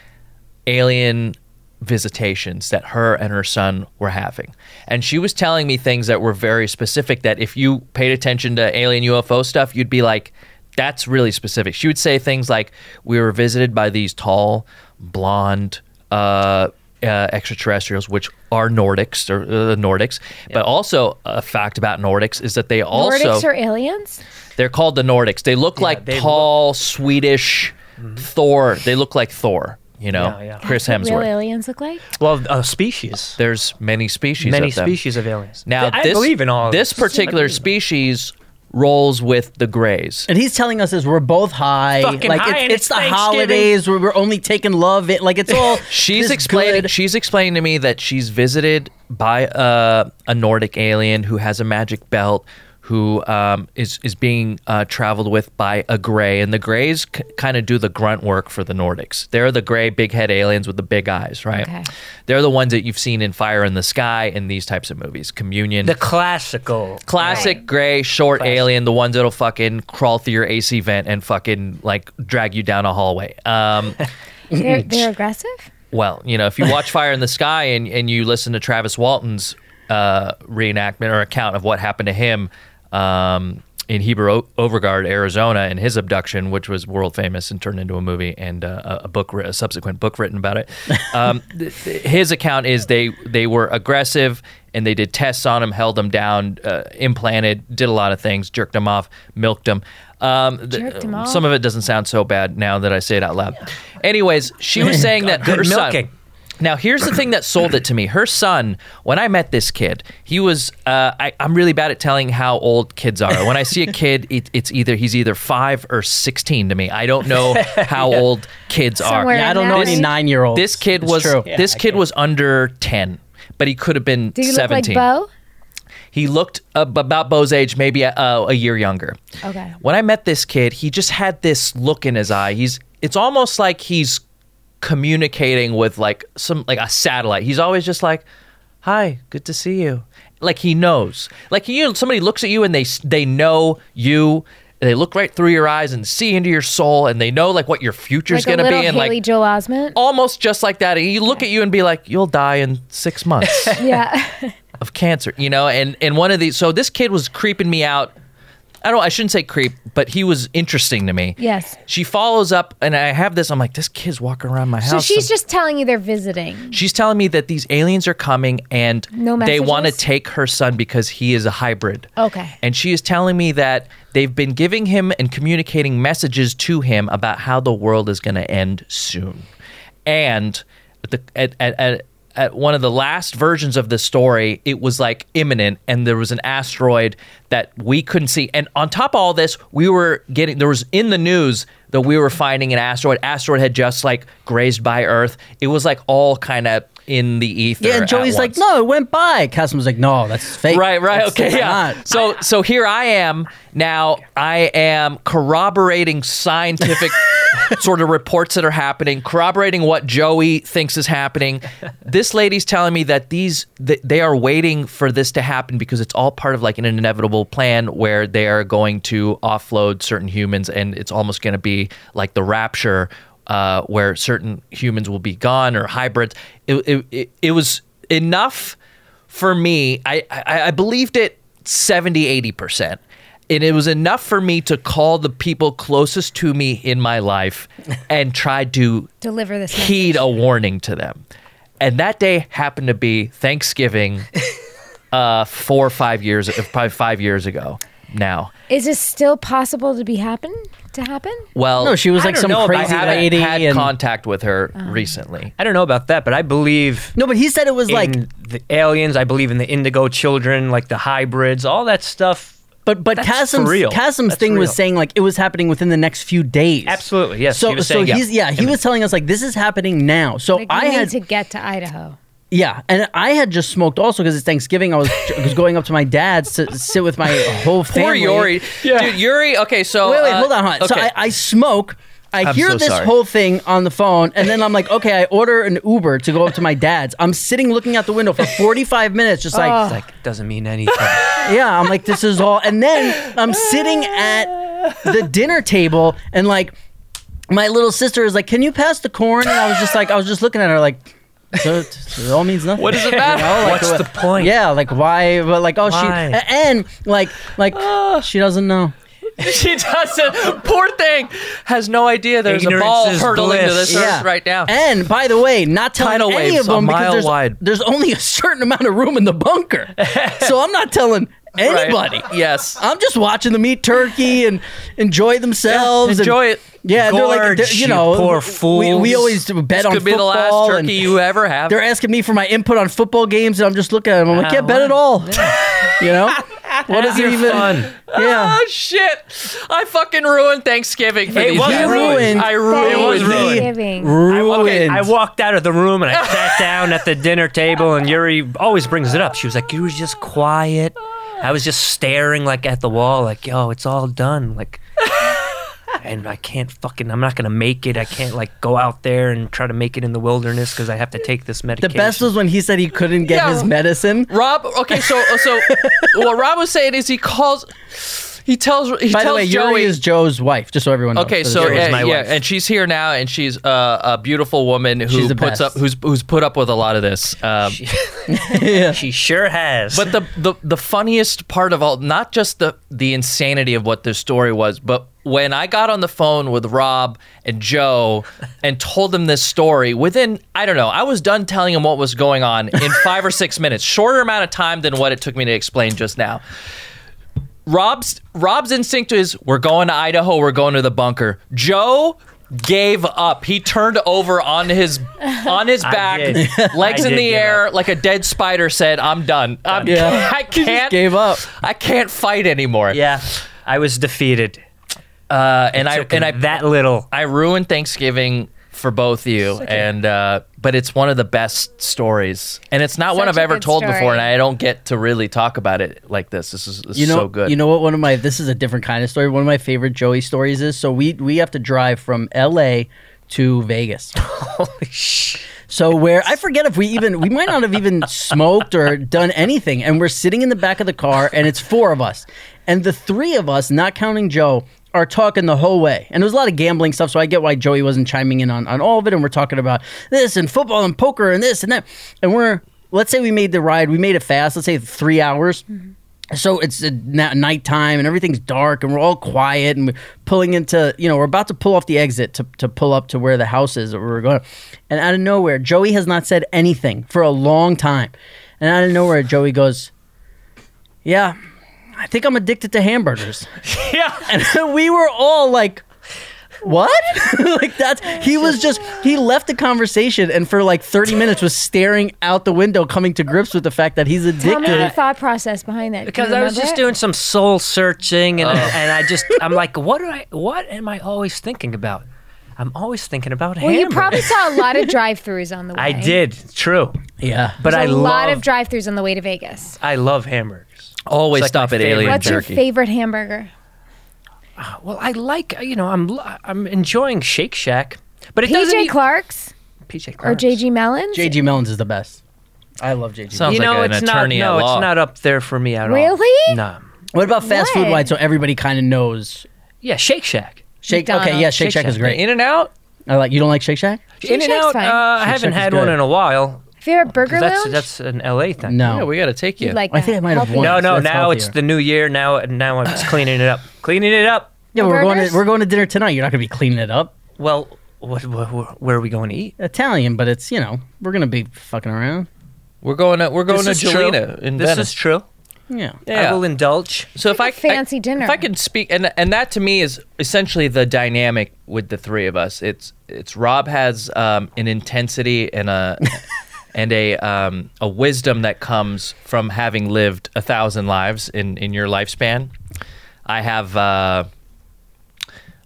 S2: alien visitations that her and her son were having. And she was telling me things that were very specific that if you paid attention to alien UFO stuff, you'd be like, that's really specific. She would say things like, we were visited by these tall, blonde, uh, uh, extraterrestrials, which are Nordics or uh, Nordics, but also a fact about Nordics is that they also
S5: Nordics are aliens?
S2: they're called the Nordics. They look like
S3: they Mm-hmm.
S2: tall Swedish Thor. They look like Thor. You know,
S3: Yeah, yeah.
S2: Chris
S5: Real
S2: Hemsworth.
S5: aliens look like?
S3: well, a species,
S2: There's many species.
S3: many
S2: of them.
S3: species of aliens.
S2: Now,
S3: I
S2: this,
S3: believe in all. of
S2: this
S3: this.
S2: particular species rolls with the Greys.
S1: and he's telling us as we're both high,
S3: Fucking
S1: like
S3: high
S1: it's,
S3: and
S1: it's
S3: it's
S1: the
S3: Thanksgiving.
S1: holidays where we're only taking love. It like it's all
S2: She's
S1: this
S2: explaining.
S1: good-
S2: She's explaining to me that she's visited by uh, a Nordic alien who has a magic belt, who um, is is being uh, traveled with by a gray, and the grays c- kind of do the grunt work for the Nordics. They're the gray, big head aliens with the big eyes, right?
S5: Okay.
S2: They're the ones that you've seen in Fire in the Sky and these types of movies, Communion.
S3: the classical.
S2: Classic gray short alien, the ones that'll fucking crawl through your AC vent and fucking like drag you down a hallway. Um,
S5: They're, they're aggressive?
S2: well, you know, if you watch Fire in the Sky and, and you listen to Travis Walton's uh, reenactment or account of what happened to him um, in Heber o- Overgard, Arizona, and his abduction, which was world famous and turned into a movie and uh, a- a book, wri- a subsequent book written about it. Um, th- th- his account is they they were aggressive and they did tests on him, held him down, uh, implanted, did a lot of things, jerked him off, milked him. Um, th-
S5: Jerked him off?
S2: Some of it doesn't sound so bad now that I say it out loud. Anyways, she was saying that her
S3: Good
S2: son.
S3: milking.
S2: Now here's the thing that sold it to me. Her son, when I met this kid, he was. Uh, I, I'm really bad at telling how old kids are. When I see a kid, it, it's either he's either five or sixteen to me. I don't know how old kids
S5: Somewhere
S2: are.
S1: Yeah, I don't know
S5: This-
S1: any nine year olds.
S2: This kid was
S1: true.
S2: this kid was under ten, but he could have been
S5: Do you
S2: seventeen.
S5: look like Bo?
S2: He looked ab- about Bo's age, maybe a, uh, a year younger.
S5: Okay.
S2: When I met this kid, he just had this look in his eye. He's it's almost like he's communicating with like some like a satellite. He's always just like, "Hi, good to see you." Like he knows. Like you know, somebody looks at you and they s- they know you. They look right through your eyes and see into your soul, and they know like what your future's
S5: Like a
S2: gonna
S5: little
S2: be, and
S5: Haley
S2: like Oh.
S5: Joel Osment?
S2: almost just like that. And you look at you and be like, "You'll die in six months."
S5: Yeah.
S2: of cancer, you know, and and one of these. So this kid was creeping me out. I don't. I shouldn't say creep, but he was interesting to me.
S5: Yes.
S2: She follows up, and I have this. I'm like, this kid's walking around my
S5: so
S2: house.
S5: she's just telling you they're visiting.
S2: She's telling me that these aliens are coming and
S5: No
S2: they want to
S5: messages?
S2: take her son because he is a hybrid.
S5: Okay.
S2: And she is telling me that they've been giving him and communicating messages to him about how the world is going to end soon. And the, at, at, at, at one of the last versions of the story, it was like imminent, and there was an asteroid that we couldn't see. And on top of all this, we were getting there was in the news that we were finding an asteroid. Asteroid had just like grazed by Earth. It was like all kind of in the ether.
S1: Yeah, and
S2: at
S1: Joey's like,
S2: once.
S1: no, it went by. Casim was like, no, that's fake.
S2: Right, right,
S1: That's
S2: okay, yeah.
S1: not.
S2: So, so here I am now. I am corroborating scientific sort of reports that are happening, corroborating what Joey thinks is happening. This lady's telling me that these that they are waiting for this to happen because it's all part of like an inevitable plan where they are going to offload certain humans, and it's almost going to be like the rapture. Uh, where certain humans will be gone or hybrids. It, it, it, it was enough for me, I, I, I believed it 70, 80%. And it was enough for me to call the people closest to me in my life and try to
S5: Deliver this message.
S2: heed a warning to them. And that day happened to be Thanksgiving, uh, four or five years, probably five years ago now.
S4: Is this still possible to be happen? To happen?
S2: Well,
S1: No, she was
S2: I
S1: like
S2: don't
S1: some
S2: know,
S1: crazy
S2: I haven't
S1: lady
S2: Had
S1: and- Oh.
S2: contact with her recently.
S3: I don't know about that, but I believe
S1: No, but he said it was like,
S3: in the aliens. I believe in the indigo children, like the hybrids, all that stuff.
S1: but but
S3: That's
S1: Casim's
S3: for real.
S1: Casim's
S3: That's
S1: thing
S3: for
S1: was
S3: real.
S1: saying like it was happening within the next few days.
S3: Absolutely, yes.
S1: So
S3: he was
S1: so
S3: saying,
S1: he's yeah he was telling us like this is happening now. So
S5: Like, we
S1: I
S5: need
S1: had
S5: to get to Idaho.
S1: Yeah, and I had just smoked also because it's Thanksgiving. I was, was going up to my dad's to sit with my whole
S2: Poor
S1: family.
S2: Yuri. Dude, Yuri, okay, so.
S1: Wait, wait,
S2: uh,
S1: hold on, hold on. So
S2: okay.
S1: I, I smoke. I
S2: I'm
S1: hear
S2: so
S1: this
S2: sorry.
S1: whole thing on the phone, and then I'm like, okay, I order an Uber to go up to my dad's. I'm sitting looking out the window for 45 minutes, just like,
S3: It's like doesn't mean anything.
S2: Oh.
S1: yeah, I'm like, this is all. And then I'm sitting at the dinner table, and like, my little sister is like, can you pass the corn? And I was just like, I was just looking at her like, so, so it all means nothing.
S2: What does it matter?
S3: What's the point?
S1: uh, Yeah, like why? But like, oh,
S3: Why?
S1: she and like, like
S2: Ah.
S1: she doesn't know.
S2: she doesn't. Poor thing has no idea there's
S3: Ignorance
S2: a ball
S3: is
S2: hurtling to
S3: bliss.
S2: this
S1: Yeah,
S2: earth right now.
S1: And by the way, not telling
S2: Tidal
S1: any of
S2: waves a
S1: them
S2: mile
S1: because there's,
S2: wide.
S1: there's only a certain amount of room in the bunker, so I'm not telling
S2: Right.
S1: anybody.
S2: Yes.
S1: I'm just watching them eat turkey and enjoy themselves. and-
S2: Enjoy it.
S1: Yeah, they're like,
S3: Gorge,
S1: they're-
S3: you
S1: you know,
S3: poor
S1: We, we
S3: fools.
S1: always bet
S2: This
S1: on
S2: could be the
S1: football.
S2: last
S1: and
S2: turkey you ever have.
S1: they're asking me for my input on football games, and I'm just looking at them. I'm like,
S3: Ah,
S1: yeah, bet it all. you know, what is it even?
S3: fun.
S1: Yeah.
S2: Oh shit! I fucking ruined Thanksgiving for
S3: It
S2: these
S3: was
S2: guys.
S1: ruined.
S2: I
S3: It
S2: ruined.
S3: was ruined.
S4: Giving.
S1: Ruined.
S3: Okay, I walked out of the room and I sat down at the dinner table, and Yuri always brings it up. She was like, "You were just quiet. I was just staring like at the wall, like, yo, it's all done, like." And I can't fucking. I'm not gonna make it. I can't like go out there and try to make it in the wilderness because I have to take this
S1: The
S3: medication.
S1: best was when he said he couldn't get
S2: Yeah.
S1: his medicine.
S2: Rob. Okay, so uh, so what Rob was saying is he calls. He tells. He
S1: By
S2: tells
S1: the way,
S2: Joey
S1: Yuri is Joe's wife, just so everyone knows.
S2: Okay,
S1: this
S2: so
S1: is Joey's
S2: uh,
S1: my
S2: yeah,
S1: wife.
S2: and she's here now, and she's uh, a beautiful woman who
S1: She's the best.
S2: puts up, who's who's put up with a lot of this. Um,
S3: She sure has.
S2: But the, the the funniest part of all, not just the the insanity of what this story was, but when I got on the phone with Rob and Joe and told them this story, within I don't know, I was done telling them what was going on in five or six minutes, shorter amount of time than what it took me to explain just now. Rob's Rob's instinct is we're going to Idaho, we're going to the bunker. Joe gave up. He turned over on his on his back,
S3: did.
S2: legs
S3: I
S2: in
S3: did
S2: the
S3: give
S2: air, like a dead spider said, "I'm done. I'm,
S1: Yeah.
S2: I can't.
S1: gave up.
S2: I can't fight anymore."
S3: yeah, I was defeated.
S2: Uh, and I
S3: Took him
S2: and I
S3: that little.
S2: I ruined Thanksgiving for both you, and uh, but it's one of the best stories, and it's not one
S5: Such
S2: I've
S5: a
S2: ever
S5: good
S2: told before,
S5: story.
S2: and I don't get to really talk about it like this. This is, this
S1: you
S2: is
S1: know,
S2: so good.
S1: you know what? One of my this is a different kind of story. One of my favorite Joey stories is so we we have to drive from L.A. to Vegas.
S3: Holy sh!
S1: So where I forget if we even we might not have even smoked or done anything, and we're sitting in the back of the car, and it's four of us, and the three of us, not counting Joe, are talking the whole way. And there was a lot of gambling stuff, so I get why Joey wasn't chiming in on on all of it, and we're talking about this and football and poker and this and that, and we're let's say we made the ride, we made it fast, let's say three hours. So it's uh, na- nighttime and everything's dark and we're all quiet and we're pulling into you know we're about to pull off the exit to, to pull up to where the house is that we we're going and out of nowhere Joey has not said anything for a long time and out of nowhere Joey goes yeah I think I'm addicted to hamburgers
S2: yeah.
S1: and we were all like what? like that's he was just he left the conversation and for like 30 minutes was staring out the window, coming to grips with the fact that he's
S4: Tell me the
S1: addicted.
S4: thought process behind that. Do you
S3: Because I was
S4: remember
S3: just
S4: it?
S3: doing some soul searching, and, and I just I'm like, what do I? What am I always thinking about? I'm always thinking about
S5: Well, you
S3: Hammer.
S5: probably saw a lot of drive-throughs on the way.
S3: I did. True,
S1: Yeah.
S3: but
S5: There's
S3: I
S5: a lot
S3: love
S5: of drive-throughs on the way to Vegas.
S3: I love hamburgers.
S2: Always
S3: It's like
S2: stop
S3: my
S2: at Alien
S3: favorite.
S5: What's
S2: Jerky.
S5: your favorite hamburger?
S3: Well, I like you know I'm lo- I'm enjoying Shake Shack, but it doesn't.
S5: PJ
S3: e-
S5: Clark's
S3: PJ
S5: or
S3: Clark.
S5: JG Mellon's?
S1: JG Melons is the best. I love JG. Melons.
S2: Sounds
S3: you know,
S2: like an
S3: it's
S2: attorney
S3: not.
S2: at
S3: no,
S2: law.
S3: it's not up there for me at all.
S5: Really?
S3: No.
S1: What about fast food
S5: What?
S1: wide so everybody kind of knows?
S3: Yeah, Shake Shack.
S1: Shake Okay,
S5: McDonald's.
S1: yeah, Shake
S3: Shake
S1: Shack is
S3: Shack.
S1: great.
S2: In and out.
S1: I like you don't like Shake Shack?
S3: In and
S5: Shack's
S3: out. Uh,
S5: fine.
S3: I
S1: Shake
S3: haven't
S1: Shack is
S3: had
S1: good.
S3: one in a while.
S5: Favorite burger
S3: That's
S5: lounge?
S3: that's an LA thing.
S1: No.
S2: Yeah, we gotta take you.
S5: You'd like
S1: I think I
S5: that.
S1: might have
S5: Healthy.
S1: one.
S3: No, no.
S1: That's
S3: now it's
S1: healthier.
S3: the new year. Now, now I'm just cleaning it up. Cleaning it up.
S1: Yeah, we're going to
S5: burgers?
S1: we're going to dinner tonight. You're not going to be cleaning it up.
S3: Well, what, what, what- where are we going to eat?
S1: Italian, but it's, you know, we're going to be fucking around.
S2: We're going to we're going
S3: This
S2: to
S3: is true.
S2: Jelena in
S3: this
S2: Venice.
S3: is true.
S1: Yeah.
S2: yeah.
S3: I will indulge.
S2: so if I
S5: Like a fancy
S2: I-
S5: dinner.
S2: if I can speak, and and that to me is essentially the dynamic with the three of us. It's it's Rob has um, an intensity and a and a um, a wisdom that comes from having lived a thousand lives in in your lifespan. I have. Uh,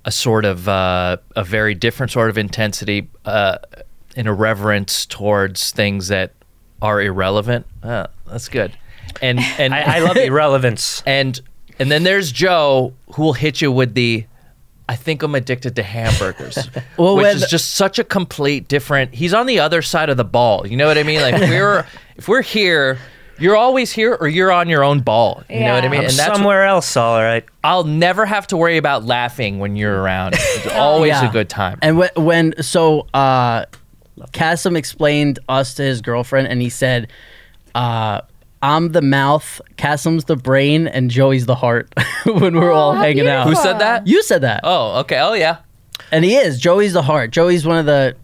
S2: a sort of uh, a very different sort of intensity, uh, an irreverence towards things that are irrelevant. Uh, that's good. And and
S3: I, I love irrelevance.
S2: and and then there's Joe who will hit you with the I think I'm addicted to hamburgers,
S1: Well,
S2: which
S1: when-
S2: is just such a complete different. He's on the other side of the ball. You know what I mean? Like if we're if we're here, you're always here or you're on your own ball. You know what I
S5: Yeah.
S2: mean?
S3: I'm
S2: and that's
S3: somewhere else. All right.
S2: I'll never have to worry about laughing when you're around. It's always
S1: Yeah.
S2: a good time.
S1: And when, when so uh Kasim explained us to his girlfriend and he said uh I'm the mouth, Kasim's the brain and Joey's the heart when we're all
S5: how
S1: hanging out.
S2: Who
S5: beautiful.
S2: said that?
S1: You said that.
S2: Oh, okay. Oh, yeah.
S1: And he is. Joey's the heart. Joey's one of the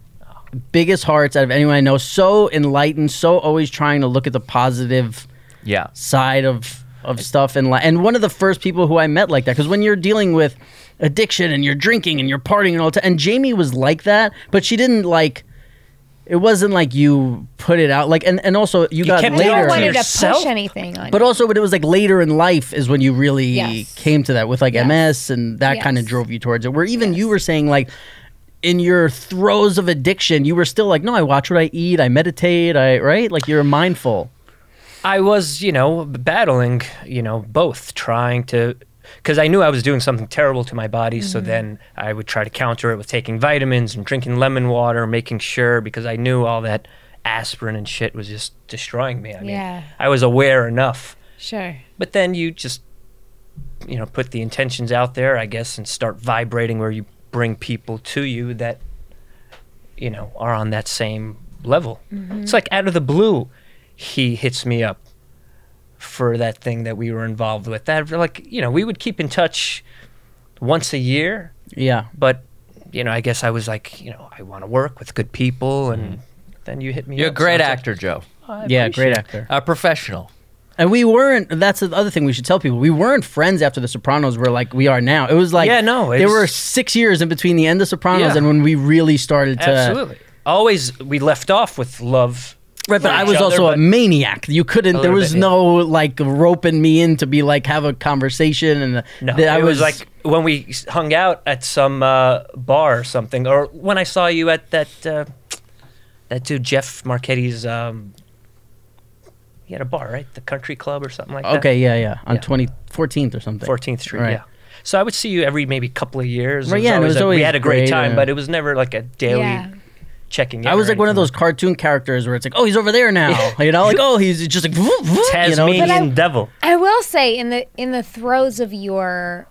S1: biggest hearts out of anyone I know. So enlightened, so always trying to look at the positive
S2: Yeah.
S1: side of of stuff in life. And one of the first people who I met like that, because when you're dealing with addiction and you're drinking and you're partying and all that, and Jamie was like that, but she didn't like. It wasn't like you put it out like, and, and also you, got
S3: kept it
S5: You
S1: later.
S3: Later.
S5: don't want her to
S3: Yourself?
S5: push anything on
S1: But
S5: you.
S1: also, but it was like later in life is when you really
S5: Yes.
S1: came to that with like
S5: Yes.
S1: MS and that
S5: Yes.
S1: kind of drove you towards it. Where even you were saying like in your throes of addiction, you were still like, no, I watch what I eat, I meditate, I right, like you're mindful.
S3: I was, you know, battling, you know, both trying to because I knew I was doing something terrible to my body. So then I would try to counter it with taking vitamins and drinking lemon water, making sure because I knew all that aspirin and shit was just destroying me. I mean,
S5: Yeah.
S3: I was aware enough.
S5: Sure.
S3: But then you just, you know, put the intentions out there, I guess, and start vibrating where you bring people to you that, you know, are on that same level. It's like out of the blue, he hits me up for that thing that we were involved with. That, like, you know, we would keep in touch once a year,
S1: Yeah,
S3: but, you know, I guess I was like, you know, I want to work with good people. And then you hit me
S2: Mm-hmm. You're a
S3: up.
S2: great
S3: so I was like,
S2: actor, Joe.
S3: "Oh, I
S1: yeah,
S3: appreciate
S1: great
S3: it."
S1: actor.
S2: A professional.
S1: And we weren't. That's the other thing we should tell people. We weren't friends after The Sopranos. Were like we are now. It was like
S3: Yeah, no, it
S1: there
S3: was-
S1: were six years in between the end of Sopranos
S3: Yeah.
S1: and when we really started to.
S3: Absolutely. Always, we left off with love.
S1: Right, but
S3: for
S1: I
S3: each
S1: was
S3: other,
S1: also a
S3: but-
S1: maniac. You couldn't. There
S3: little
S1: was
S3: bit, yeah.
S1: no like roping me in to be like have a conversation and
S3: No,
S1: that I
S3: it was, like when we s- hung out at some uh, bar or something, or when I saw you at that uh, that dude Jeff Marchetti's. Um, he had a bar, right? The Country Club or something like that.
S1: okay, yeah, yeah, on
S3: Yeah.
S1: twenty fourteenth or something.
S3: Fourteenth Street.
S1: Right.
S3: Yeah. So I would see you every maybe couple of years.
S1: Right, yeah, and it was
S3: a-
S1: always
S3: we had a
S1: great,
S3: great, time,
S1: uh,
S3: but it was never like a daily
S5: Yeah.
S3: checking. in
S1: I was
S3: or
S1: like one of those
S3: anything.
S1: cartoon characters where it's like, oh, he's over there now, you know, like oh, he's just like vroom, vroom, you know?
S3: Tasmanian
S5: But I-
S3: devil.
S5: I will say in the in the throes of your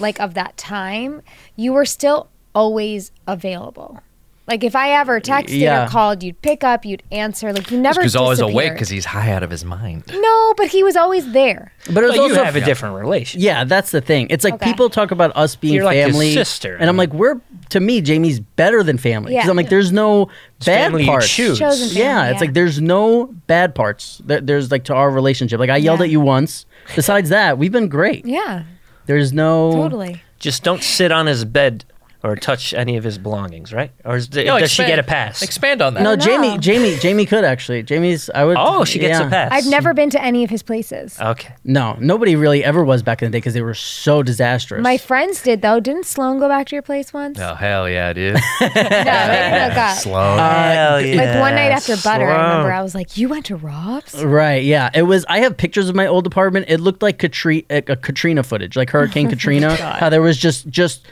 S5: like of that time, you were still always available. Like if I ever texted
S1: Yeah.
S5: or called, you'd pick up, you'd answer. Like you never.
S2: He's always awake
S5: disappeared.
S2: because he's high out of his mind.
S5: No, but he was always there.
S1: But it was
S3: But you
S1: also
S3: have a different relation.
S1: yeah, that's the thing. It's like
S5: Okay.
S1: people talk about us being
S3: You're like his
S1: family,
S3: sister.
S1: and I'm like, we're to me, Jamie's better than family because
S5: Yeah.
S1: I'm like, there's no bad
S3: family you
S1: parts.
S3: choose.
S5: Chosen family,
S1: yeah, it's
S5: yeah.
S1: like there's no bad parts. There, there's like to our relationship. Like I yelled
S5: Yeah.
S1: at you once. Besides that, we've been great.
S5: Yeah,
S1: There's no
S5: totally.
S3: Just don't sit on his bed or touch any of his belongings, right? Or is,
S2: No,
S3: does she
S2: expand-
S3: get a pass?
S2: Expand on that.
S1: No,
S4: don't
S1: Jamie,
S4: know.
S1: Jamie, Jamie could actually. Jamie's, I would.
S3: oh, she gets
S1: yeah.
S3: a pass.
S5: I've never been to any of his places.
S3: Okay.
S1: No, nobody really ever was back in the day because they were so disastrous.
S5: My friends did though. Didn't Sloan go back to your place once?
S2: Oh hell yeah, dude.
S5: No, they didn't hook up.
S2: Sloan.
S1: Uh,
S3: Hell
S5: Uh, Like one night
S3: yeah,
S5: after butter, I
S3: slow.
S5: remember I was like, "You went to Rob's?
S1: Right, yeah. It was I have pictures of my old apartment. It looked like Katri- uh, uh, Katrina footage, like Hurricane Katrina. How there was just just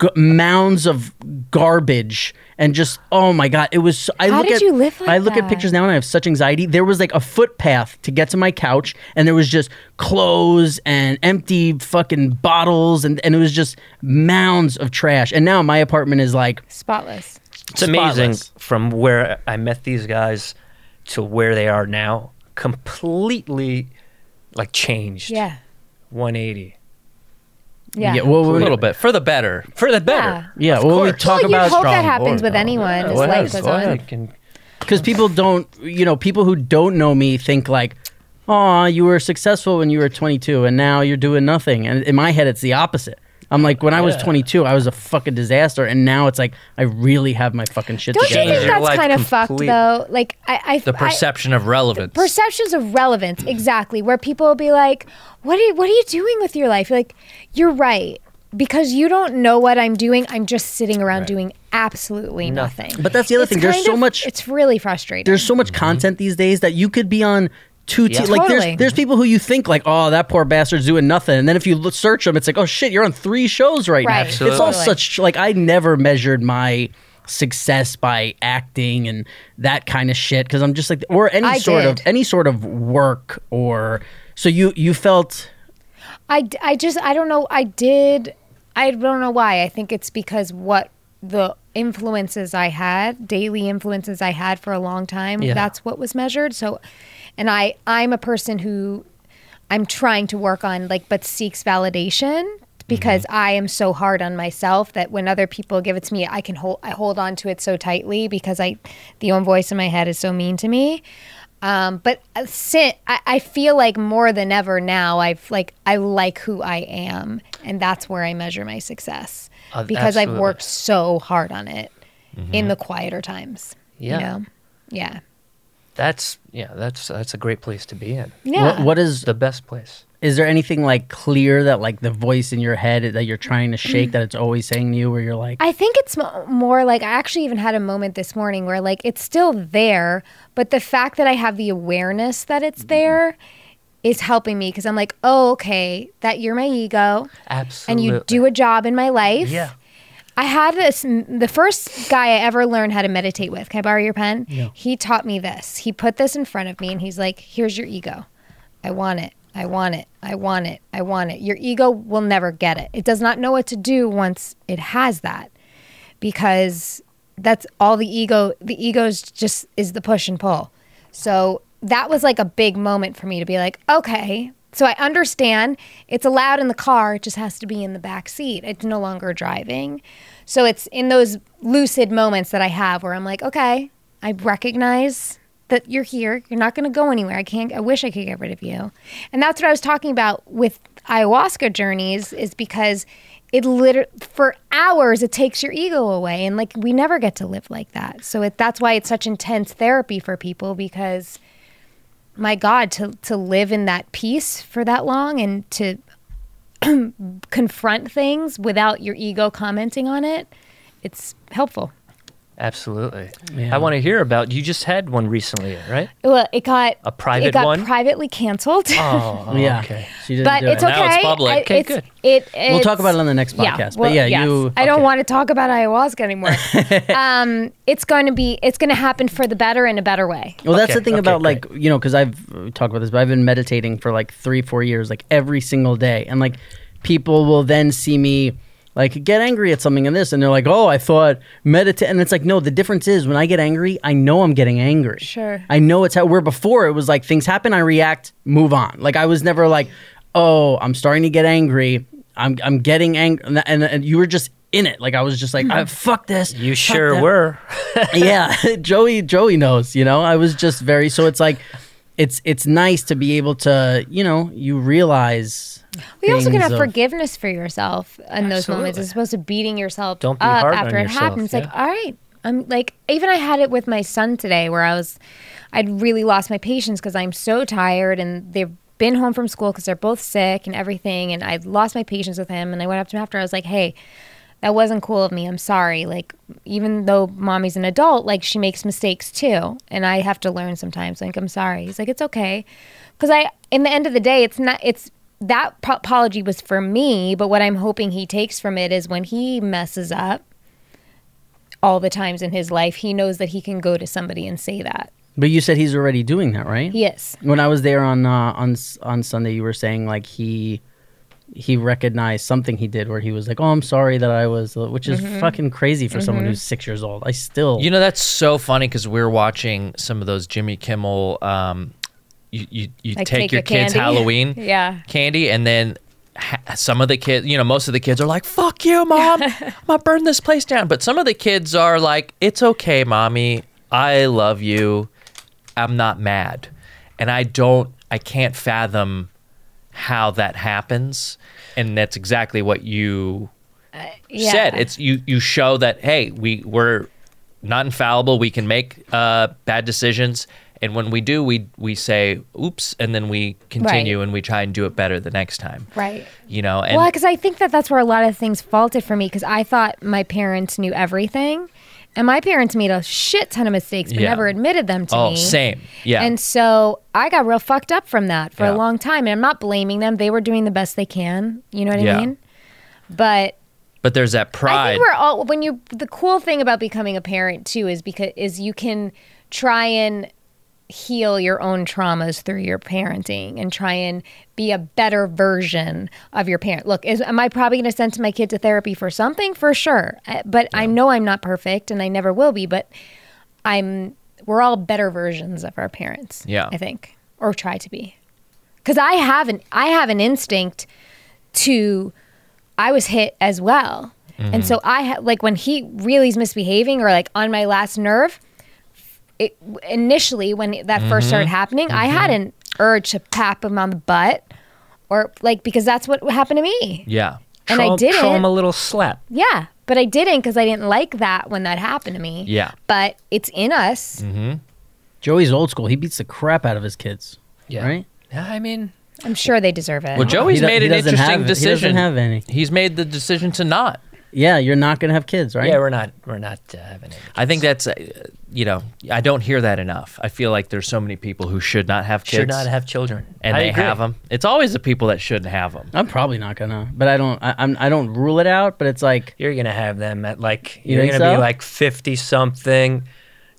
S1: g- mounds of garbage and just oh my god, it was so- I
S5: How
S1: look
S5: did
S1: at
S5: you live like
S1: I look at
S5: that?
S1: pictures now and I have such anxiety. There was like a footpath to get to my couch and there was just clothes and empty fucking bottles and and it was just mounds of trash. And now my apartment is like
S5: Spotless."
S3: It's amazing
S1: Spotless.
S3: from where I met these guys to where they are now, completely like changed.
S5: Yeah,
S3: 180.
S5: yeah.
S1: yeah, well,
S2: a
S1: we-
S2: little bit for the better.
S3: For the better.
S5: Yeah.
S1: Yeah, well, we
S3: course.
S1: talk
S5: Well, you
S1: about
S5: hope
S2: strong
S5: that happens
S2: board,
S5: with
S2: though.
S5: anyone as
S3: Well,
S5: life goes
S3: well,
S5: on.
S3: it can-
S1: because people don't you know people who don't know me think like oh you were successful when you were 22 and now you're doing nothing and in my head it's the opposite i'm like when i was 22 i was a fucking disaster and now it's like i really have my fucking shit
S5: Don't you
S1: together
S5: think
S3: Change your
S5: that's
S3: life
S5: kind of
S3: complete-
S5: fucked though? Like I, I
S2: The
S5: I-
S2: perception of relevance.
S5: perceptions of relevance exactly where people will be like what are, what are you doing with your life you're like you're right because you don't know what i'm doing i'm just sitting around doing absolutely nothing,
S1: But that's the other thing, there's
S5: kind
S1: so
S5: of-
S1: much-
S5: it's really frustrating
S1: there's so much content these days that you could be on two t-
S3: Mm-hmm. Yeah.
S1: like
S5: Totally.
S1: there's there's people who you think like oh that poor bastard's doing nothing and then if you look, search them it's like oh shit you're on three shows right,
S5: Right.
S1: now it's all
S5: Absolutely.
S1: such like I never measured my success by acting and that kind of shit because I'm just like or any
S5: I
S1: sort of
S5: did.
S1: any sort of work or so you you felt
S5: I, d- I just i don't know i did i don't know why i think it's because what the influences i had daily influences i had for a long time
S3: Yeah.
S5: that's what was measured so and i i'm a person who i'm trying to work on like but seeks validation because
S3: Mm-hmm.
S5: i am so hard on myself that when other people give it to me i can hold i hold on to it so tightly because i the own voice in my head is so mean to me um, but uh, sin, I, I feel like more than ever now, I've like I like who I am, and that's where I measure my success
S3: Uh,
S5: because I've
S3: absolutely. Mm-hmm.
S5: worked so hard on it in the quieter times.
S3: Yeah.
S5: you know? yeah,
S3: That's yeah, that's that's a great place to be in.
S5: yeah.
S1: what, what is
S3: The best place.
S1: is there anything like clear that like the voice in your head that you're trying to
S5: Mm.
S1: shake that it's always saying to you where you're like
S5: I think it's mo- more like I actually even had a moment this morning where like it's still there, but the fact that I have the awareness that
S3: Mm-hmm.
S5: it's there is helping me because I'm like, oh, okay, that you're my ego, and
S3: Absolutely.
S5: you do a job in my life.
S3: Yeah.
S5: I had this the first guy I ever learned how to meditate with. Can I borrow your pen? He taught me this. He put this in front of me and he's like, "Here's your ego. I want it. I want it. I want it. I want it. Your ego will never get it. It does not know what to do once it has that." Because that's all the ego the ego's just is the push and pull. So that was like a big moment for me to be like, okay, so I understand it's allowed in the car, it just has to be in the back seat. It's no longer driving. So it's in those lucid moments that I have where I'm like, okay, I recognize that you're here. You're not going to go anywhere. I can't I wish I could get rid of you. And that's what I was talking about with ayahuasca journeys is because it literally for hours it takes your ego away and like we never get to live like that. So it, that's why it's such intense therapy for people because my god to to live in that peace for that long and to confront things without your ego commenting on it, it's helpful.
S3: Absolutely.
S1: Yeah.
S3: I want to hear about you just had one recently, right?
S5: Well, it got
S3: A private
S5: it got
S3: one?
S5: privately canceled.
S3: Oh,
S1: yeah
S3: okay.
S1: she didn't
S5: but
S1: do it.
S5: it's okay.
S2: Now it's public.
S5: I-
S2: Okay,
S5: it's-
S3: good.
S5: It,
S1: we'll talk
S5: it's-
S1: about it on the next podcast but
S5: well,
S1: yeah
S5: yes.
S1: you
S5: I don't want to talk about ayahuasca anymore. um, it's going to be. It's going to happen for the better in a better way.
S1: Well, that's the
S3: Okay,
S1: thing
S3: okay,
S1: about like you know because I've uh, talked about this, but I've been meditating for like three, four years, like every single day, and like people will then see me like get angry at something in this, and they're like, "Oh, I thought meditate," and it's like, no, the difference is when I get angry, I know I'm getting angry.
S5: Sure.
S1: I know it's how. Where before it was like things happen, I react, move on. Like I was never like, "Oh, I'm starting to get angry." I'm, I'm getting angry, and, and, and you were just in it. Like I was just like,
S5: Mm-hmm.
S1: I, "Fuck this."
S3: You
S1: fuck
S3: sure
S1: that
S3: were.
S1: yeah joey joey knows you know i was just very so it's like it's it's nice to be able to you know you realize.
S5: We also can
S1: things
S5: have
S1: of-
S5: forgiveness for yourself in those moments
S2: Absolutely.
S5: as opposed to beating yourself
S3: Don't be
S5: up
S3: hard
S5: after
S3: on
S5: it
S3: yourself,
S5: happens. Like,
S3: yeah.
S5: all right, I'm like, even I had it with my son today where I was, I'd really lost my patience because I'm so tired and they've been home from school because they're both sick and everything. And I lost my patience with him. And I went up to him after, I was like, hey, that wasn't cool of me. I'm sorry. Like, even though mommy's an adult, like, she makes mistakes too. And I have to learn sometimes. Like, I'm sorry. He's like, it's okay. Because I, in the end of the day, it's not, it's, that po- apology was for me, but what I'm hoping he takes from it is when he messes up all the times in his life, he knows that he can go to somebody and say that.
S1: But you said he's already doing that, right?
S5: He is.
S1: When I was there on uh, on S- on Sunday, you were saying like he he recognized something he did where he was like, "Oh, I'm sorry that I was," uh, which is
S5: Mm-hmm.
S1: fucking crazy for someone who's six years old. I still,
S2: You know, that's so funny because we're watching some of those Jimmy Kimmel. Um, you you, you
S5: Like,
S2: take,
S5: take
S2: your
S5: a
S2: kids
S5: candy.
S2: Halloween
S5: Yeah.
S2: candy, and then ha- some of the kids, you know, most of the kids are like, "Fuck you, mom! I'm gonna burn this place down." But some of the kids are like, "It's okay, mommy. I love you. I'm not mad." And I don't. I can't fathom how that happens. And that's exactly what you
S5: Yeah.
S2: said it's you you show that hey we we're not infallible we can make uh bad decisions and when we do we we say oops and then we continue and we try and do it better the next time
S5: right.
S2: you know and
S5: Well, because I think that that's where a lot of things faulted for me because I thought my parents knew everything. And my parents made a shit ton of mistakes, but
S2: Yeah.
S5: never admitted them to
S2: oh
S5: me.
S2: same yeah
S5: And so I got real fucked up from that for
S2: Yeah.
S5: a long time. And I'm not blaming them. They were doing the best they can. You know what
S2: Yeah.
S5: I mean? But
S2: but there's that
S5: I
S2: pride
S5: think we're all when you the cool thing about becoming a parent too is because is you can try and heal your own traumas through your parenting and try and be a better version of your parent. Look, is am I probably going to send my kid to therapy for something for sure? Uh, But I know I'm not perfect and I never will be, but I'm we're all better versions of our parents.
S2: Yeah.
S5: I think or try to be. Cuz I have an I have an instinct to I was hit as well. And so I ha- like when he really is misbehaving or like on my last nerve, it initially when that 1st started
S1: Mm-hmm.
S5: happening, I had an urge to tap him on the butt or like because that's what happened to me.
S2: yeah
S5: And I didn't.
S3: Show him a little slap.
S5: Yeah, but I didn't because I didn't like that when that happened to me.
S2: Yeah.
S5: But it's in us.
S1: Mm-hmm. Joey's old school. He beats the crap out of his kids.
S2: Yeah.
S1: Right?
S2: yeah i mean
S5: I'm sure they deserve it.
S2: well joey's
S1: do-
S2: made
S1: he
S2: an
S1: doesn't
S2: interesting
S1: have- he doesn't
S2: decision
S1: have any.
S2: he's made the decision to not
S1: Yeah, you're not gonna have kids, right?
S3: Yeah, we're not. We're not uh, having it.
S2: i think that's uh, you know i don't hear that enough i feel like there's so many people who should not have kids
S3: Should not have children.
S2: and
S3: I
S2: they
S3: agree.
S2: have them it's always the people that shouldn't have them
S1: I'm probably not gonna, but I don't. I, I'm. I don't rule it out, but it's like
S3: You're gonna have them at like.
S1: You
S3: You're
S1: think
S3: gonna
S1: so?
S3: be like fifty something.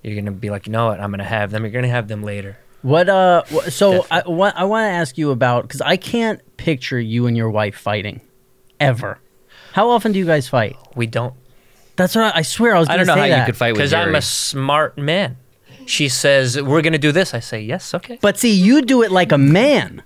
S3: You're gonna be like, you know what? I'm gonna have them. You're gonna have them later.
S1: what. Uh. wh- So I. What I want to ask you about because I can't picture you and your wife fighting, ever. How often do you guys fight?
S3: We don't
S1: That's what I, I swear I was.
S2: I
S1: Gonna
S2: don't know
S1: say
S2: how you
S1: that.
S2: could fight with
S3: because I'm
S2: Yuri.
S3: a smart man. She says we're gonna do this. I say yes. Okay.
S1: But see, you do it like a man.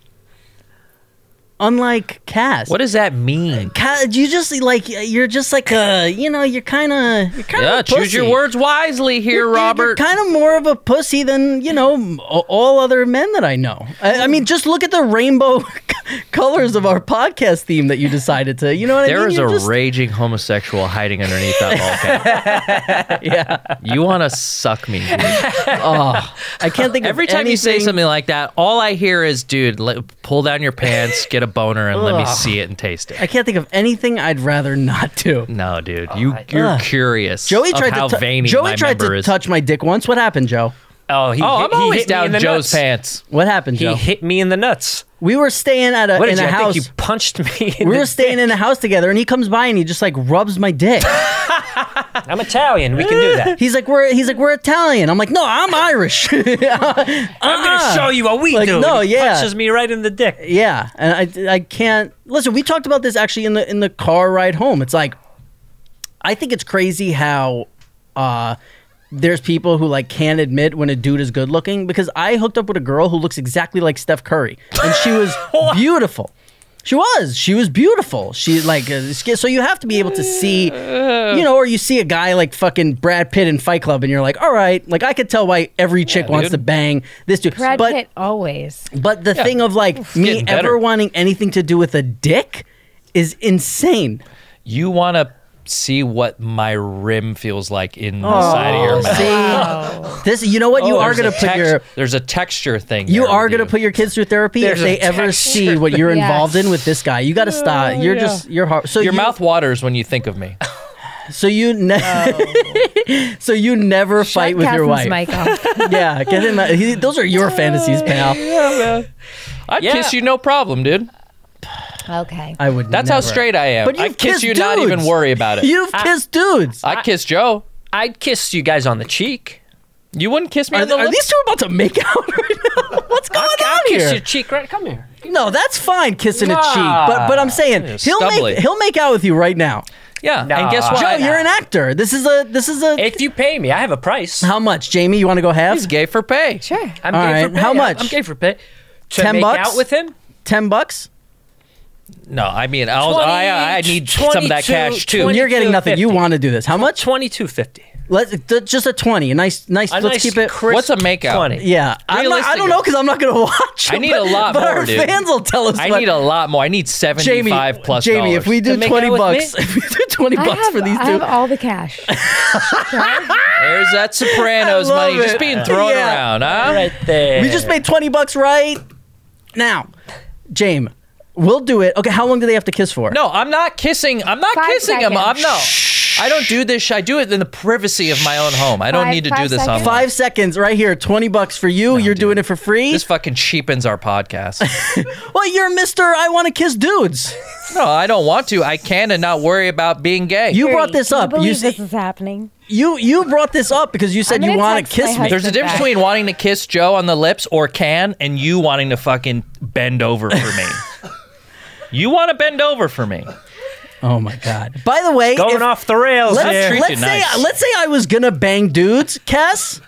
S1: Unlike Cass.
S2: What does that mean?
S1: Ca- you just like you're just like a you know you're kind of you're kind of
S2: Yeah, choose your words wisely here, Robert.
S1: kind of more of a pussy than you know m- all other men that I know. I, I mean, just look at the rainbow colors of our podcast theme that you decided to. You know what I
S2: There
S1: mean?
S2: is
S1: You're
S2: a
S1: just-
S2: raging homosexual hiding underneath that volcano. yeah, you want to suck me? dude.
S1: oh, I can't think of
S2: Every time you say
S1: anything-
S2: something like that, all I hear is, "Dude, let, pull down your pants, get a boner, and let me
S1: Ugh.
S2: see it and taste it."
S1: I can't think of anything I'd rather not do.
S2: No, dude, you
S3: I-
S2: you're
S1: Ugh.
S2: curious.
S1: Joey
S2: of
S1: tried
S2: how
S1: to tou-
S2: veiny
S1: Joey
S2: my
S1: tried
S2: member
S1: to
S2: is.
S1: touch my dick once. What happened, Joe?
S3: Oh, he.
S2: Oh,
S3: hit-
S2: I'm
S3: he
S2: always
S3: hit me in
S2: down
S3: the
S2: Joe's
S3: nuts.
S2: pants.
S1: What happened,
S3: He
S1: Joe?
S3: hit me in the nuts.
S1: we were staying at a
S3: What
S1: in
S3: did you?
S1: a
S3: I
S1: house.
S3: think you punched me. In
S1: we
S3: the
S1: were staying in a house together, and he comes by and he just like rubs my dick.
S3: I'm Italian. We can do that.
S1: He's like, we're he's like we're Italian. I'm like, no, I'm Irish.
S3: I'm gonna show you what we
S1: Ah. Like,
S3: do.
S1: no,
S3: And he
S1: yeah.
S3: punches me right in the dick.
S1: Yeah, and I I can't listen. We talked about this actually in the in the car ride home. It's like I think it's crazy how uh there's people who like can't admit when a dude is good looking because I hooked up with a girl who looks exactly like Steph Curry and she was beautiful. She was. She was beautiful. She like uh, sk- so you have to be able to see, you know, or you see a guy like fucking Brad Pitt in Fight Club, and you're like, all right, like I could tell why every chick wants
S2: dude.
S1: to bang this dude.
S4: Brad
S1: but
S4: Pitt always.
S1: but the thing of like me
S2: getting better.
S1: ever wanting anything to do with a dick is insane.
S2: You want to see what my rim feels like in the side of your mouth.
S1: See, this you know what you
S2: Oh,
S1: are
S2: there's
S1: gonna
S2: a
S1: put
S2: text-
S1: your
S2: there's a texture thing.
S1: you
S2: there
S1: are
S2: with
S1: gonna
S2: you.
S1: put your kids through therapy
S3: There's
S1: if they
S3: a
S1: ever see what you're involved in with this guy. You got to stop. You're just your heart. So
S2: your
S1: you-
S2: mouth waters when you think of me.
S1: So you ne- so you never fight
S4: Oh. Shut
S1: with your wife.
S4: Catherine's mic off.
S1: yeah, get in that. He, those are your fantasies, pal.
S2: I
S3: Yeah.
S2: kiss you, no problem, dude.
S4: okay.
S1: I would.
S2: That's how
S1: never.
S2: straight I am.
S1: But
S2: I
S1: you've
S2: kiss
S1: kissed
S2: you, not even
S1: dudes.
S2: worry about it.
S1: You've kissed dudes.
S2: I kiss Joe.
S3: I'd kiss you guys on the cheek.
S2: You wouldn't kiss me
S1: are,
S2: on the
S1: are
S2: lips.
S1: these two about to make out right now? What's going
S3: I'll
S1: on
S3: kiss
S1: here?
S3: your cheek right. Come here.
S1: No, that's fine, kissing a cheek.
S3: Nah.
S1: But but I'm saying
S2: Ah, You're
S1: he'll
S2: stubbly.
S1: make he'll make out with you right now.
S2: yeah,
S3: Nah.
S2: and guess what?
S1: Joe,
S2: I-
S1: you're an actor. This is a this is a
S3: If you pay me, I have a price.
S1: how much, Jamie? You want to go half?
S2: He's gay for pay.
S4: Sure.
S3: I'm
S1: All
S3: gay
S1: right,
S3: for pay.
S1: how
S3: I'm-
S1: much?
S3: I'm gay for pay. To
S1: 10
S3: make
S1: bucks?
S3: out with him?
S1: Ten bucks.
S2: No, I mean, I'll,
S3: 20,
S2: I I need some of that
S3: 22,
S2: cash too.
S1: You're getting nothing. You
S3: 22.50.
S1: want to do this? How much?
S3: Twenty two fifty.
S1: Let's th- just a twenty. A nice nice.
S3: A
S1: let's
S3: nice
S1: keep it.
S3: crisp
S2: What's a makeout?
S3: 20.
S1: Yeah, I'm not, I don't
S2: Realistically.
S1: know because I'm not going to watch.
S2: I
S1: it,
S2: need
S1: but-
S2: a lot
S1: but
S2: more,
S1: Our
S2: dude.
S1: fans will tell us.
S2: I
S1: what-
S2: need a lot more. I need
S1: Jamie,
S2: seventy-five plus.
S1: Jamie,
S2: dollars.
S1: if we do
S3: To make
S1: twenty
S3: out with
S1: bucks, if we do twenty
S4: I
S1: bucks
S4: have,
S1: for these
S4: I
S1: two,
S4: have all the cash.
S2: there's that Sopranos
S1: I love
S2: money just
S1: it.
S2: being thrown
S1: Yeah.
S2: around, huh?
S3: Right there.
S1: we just made twenty bucks right now. James, we'll do it. Okay, how long do they have to kiss for?
S2: No, I'm not kissing. I'm not
S4: Five
S2: kissing him. I'm no.
S1: Shh.
S2: I don't do this. sh- I do it in the privacy of my own home. I don't
S4: Five-
S2: need to do
S4: five
S2: this
S4: seconds?
S2: online.
S1: Five seconds right here. Twenty bucks for you. you're doing it for free.
S2: This fucking cheapens our podcast.
S1: well, you're Mister. I want to kiss dudes.
S2: no, I don't want to. I can and not worry about being gay.
S1: You
S4: Period.
S1: brought this
S4: Can
S1: up.
S4: You,
S1: You
S4: believe
S1: say,
S4: this is happening.
S1: you you brought this up because you said
S4: I'm
S1: you
S4: gonna
S1: want to
S4: text my
S1: kiss me.
S4: husband.
S2: There's a difference
S4: back.
S2: between wanting to kiss Joe on the lips or can and you wanting to fucking bend over for me. you want to bend over for me.
S1: Oh my god. By the way,
S3: going
S1: if-
S3: off the rails
S1: Let's,
S3: here.
S2: treat
S1: let's
S2: you
S1: say
S2: nice.
S1: let's say I was gonna bang dudes, Cass.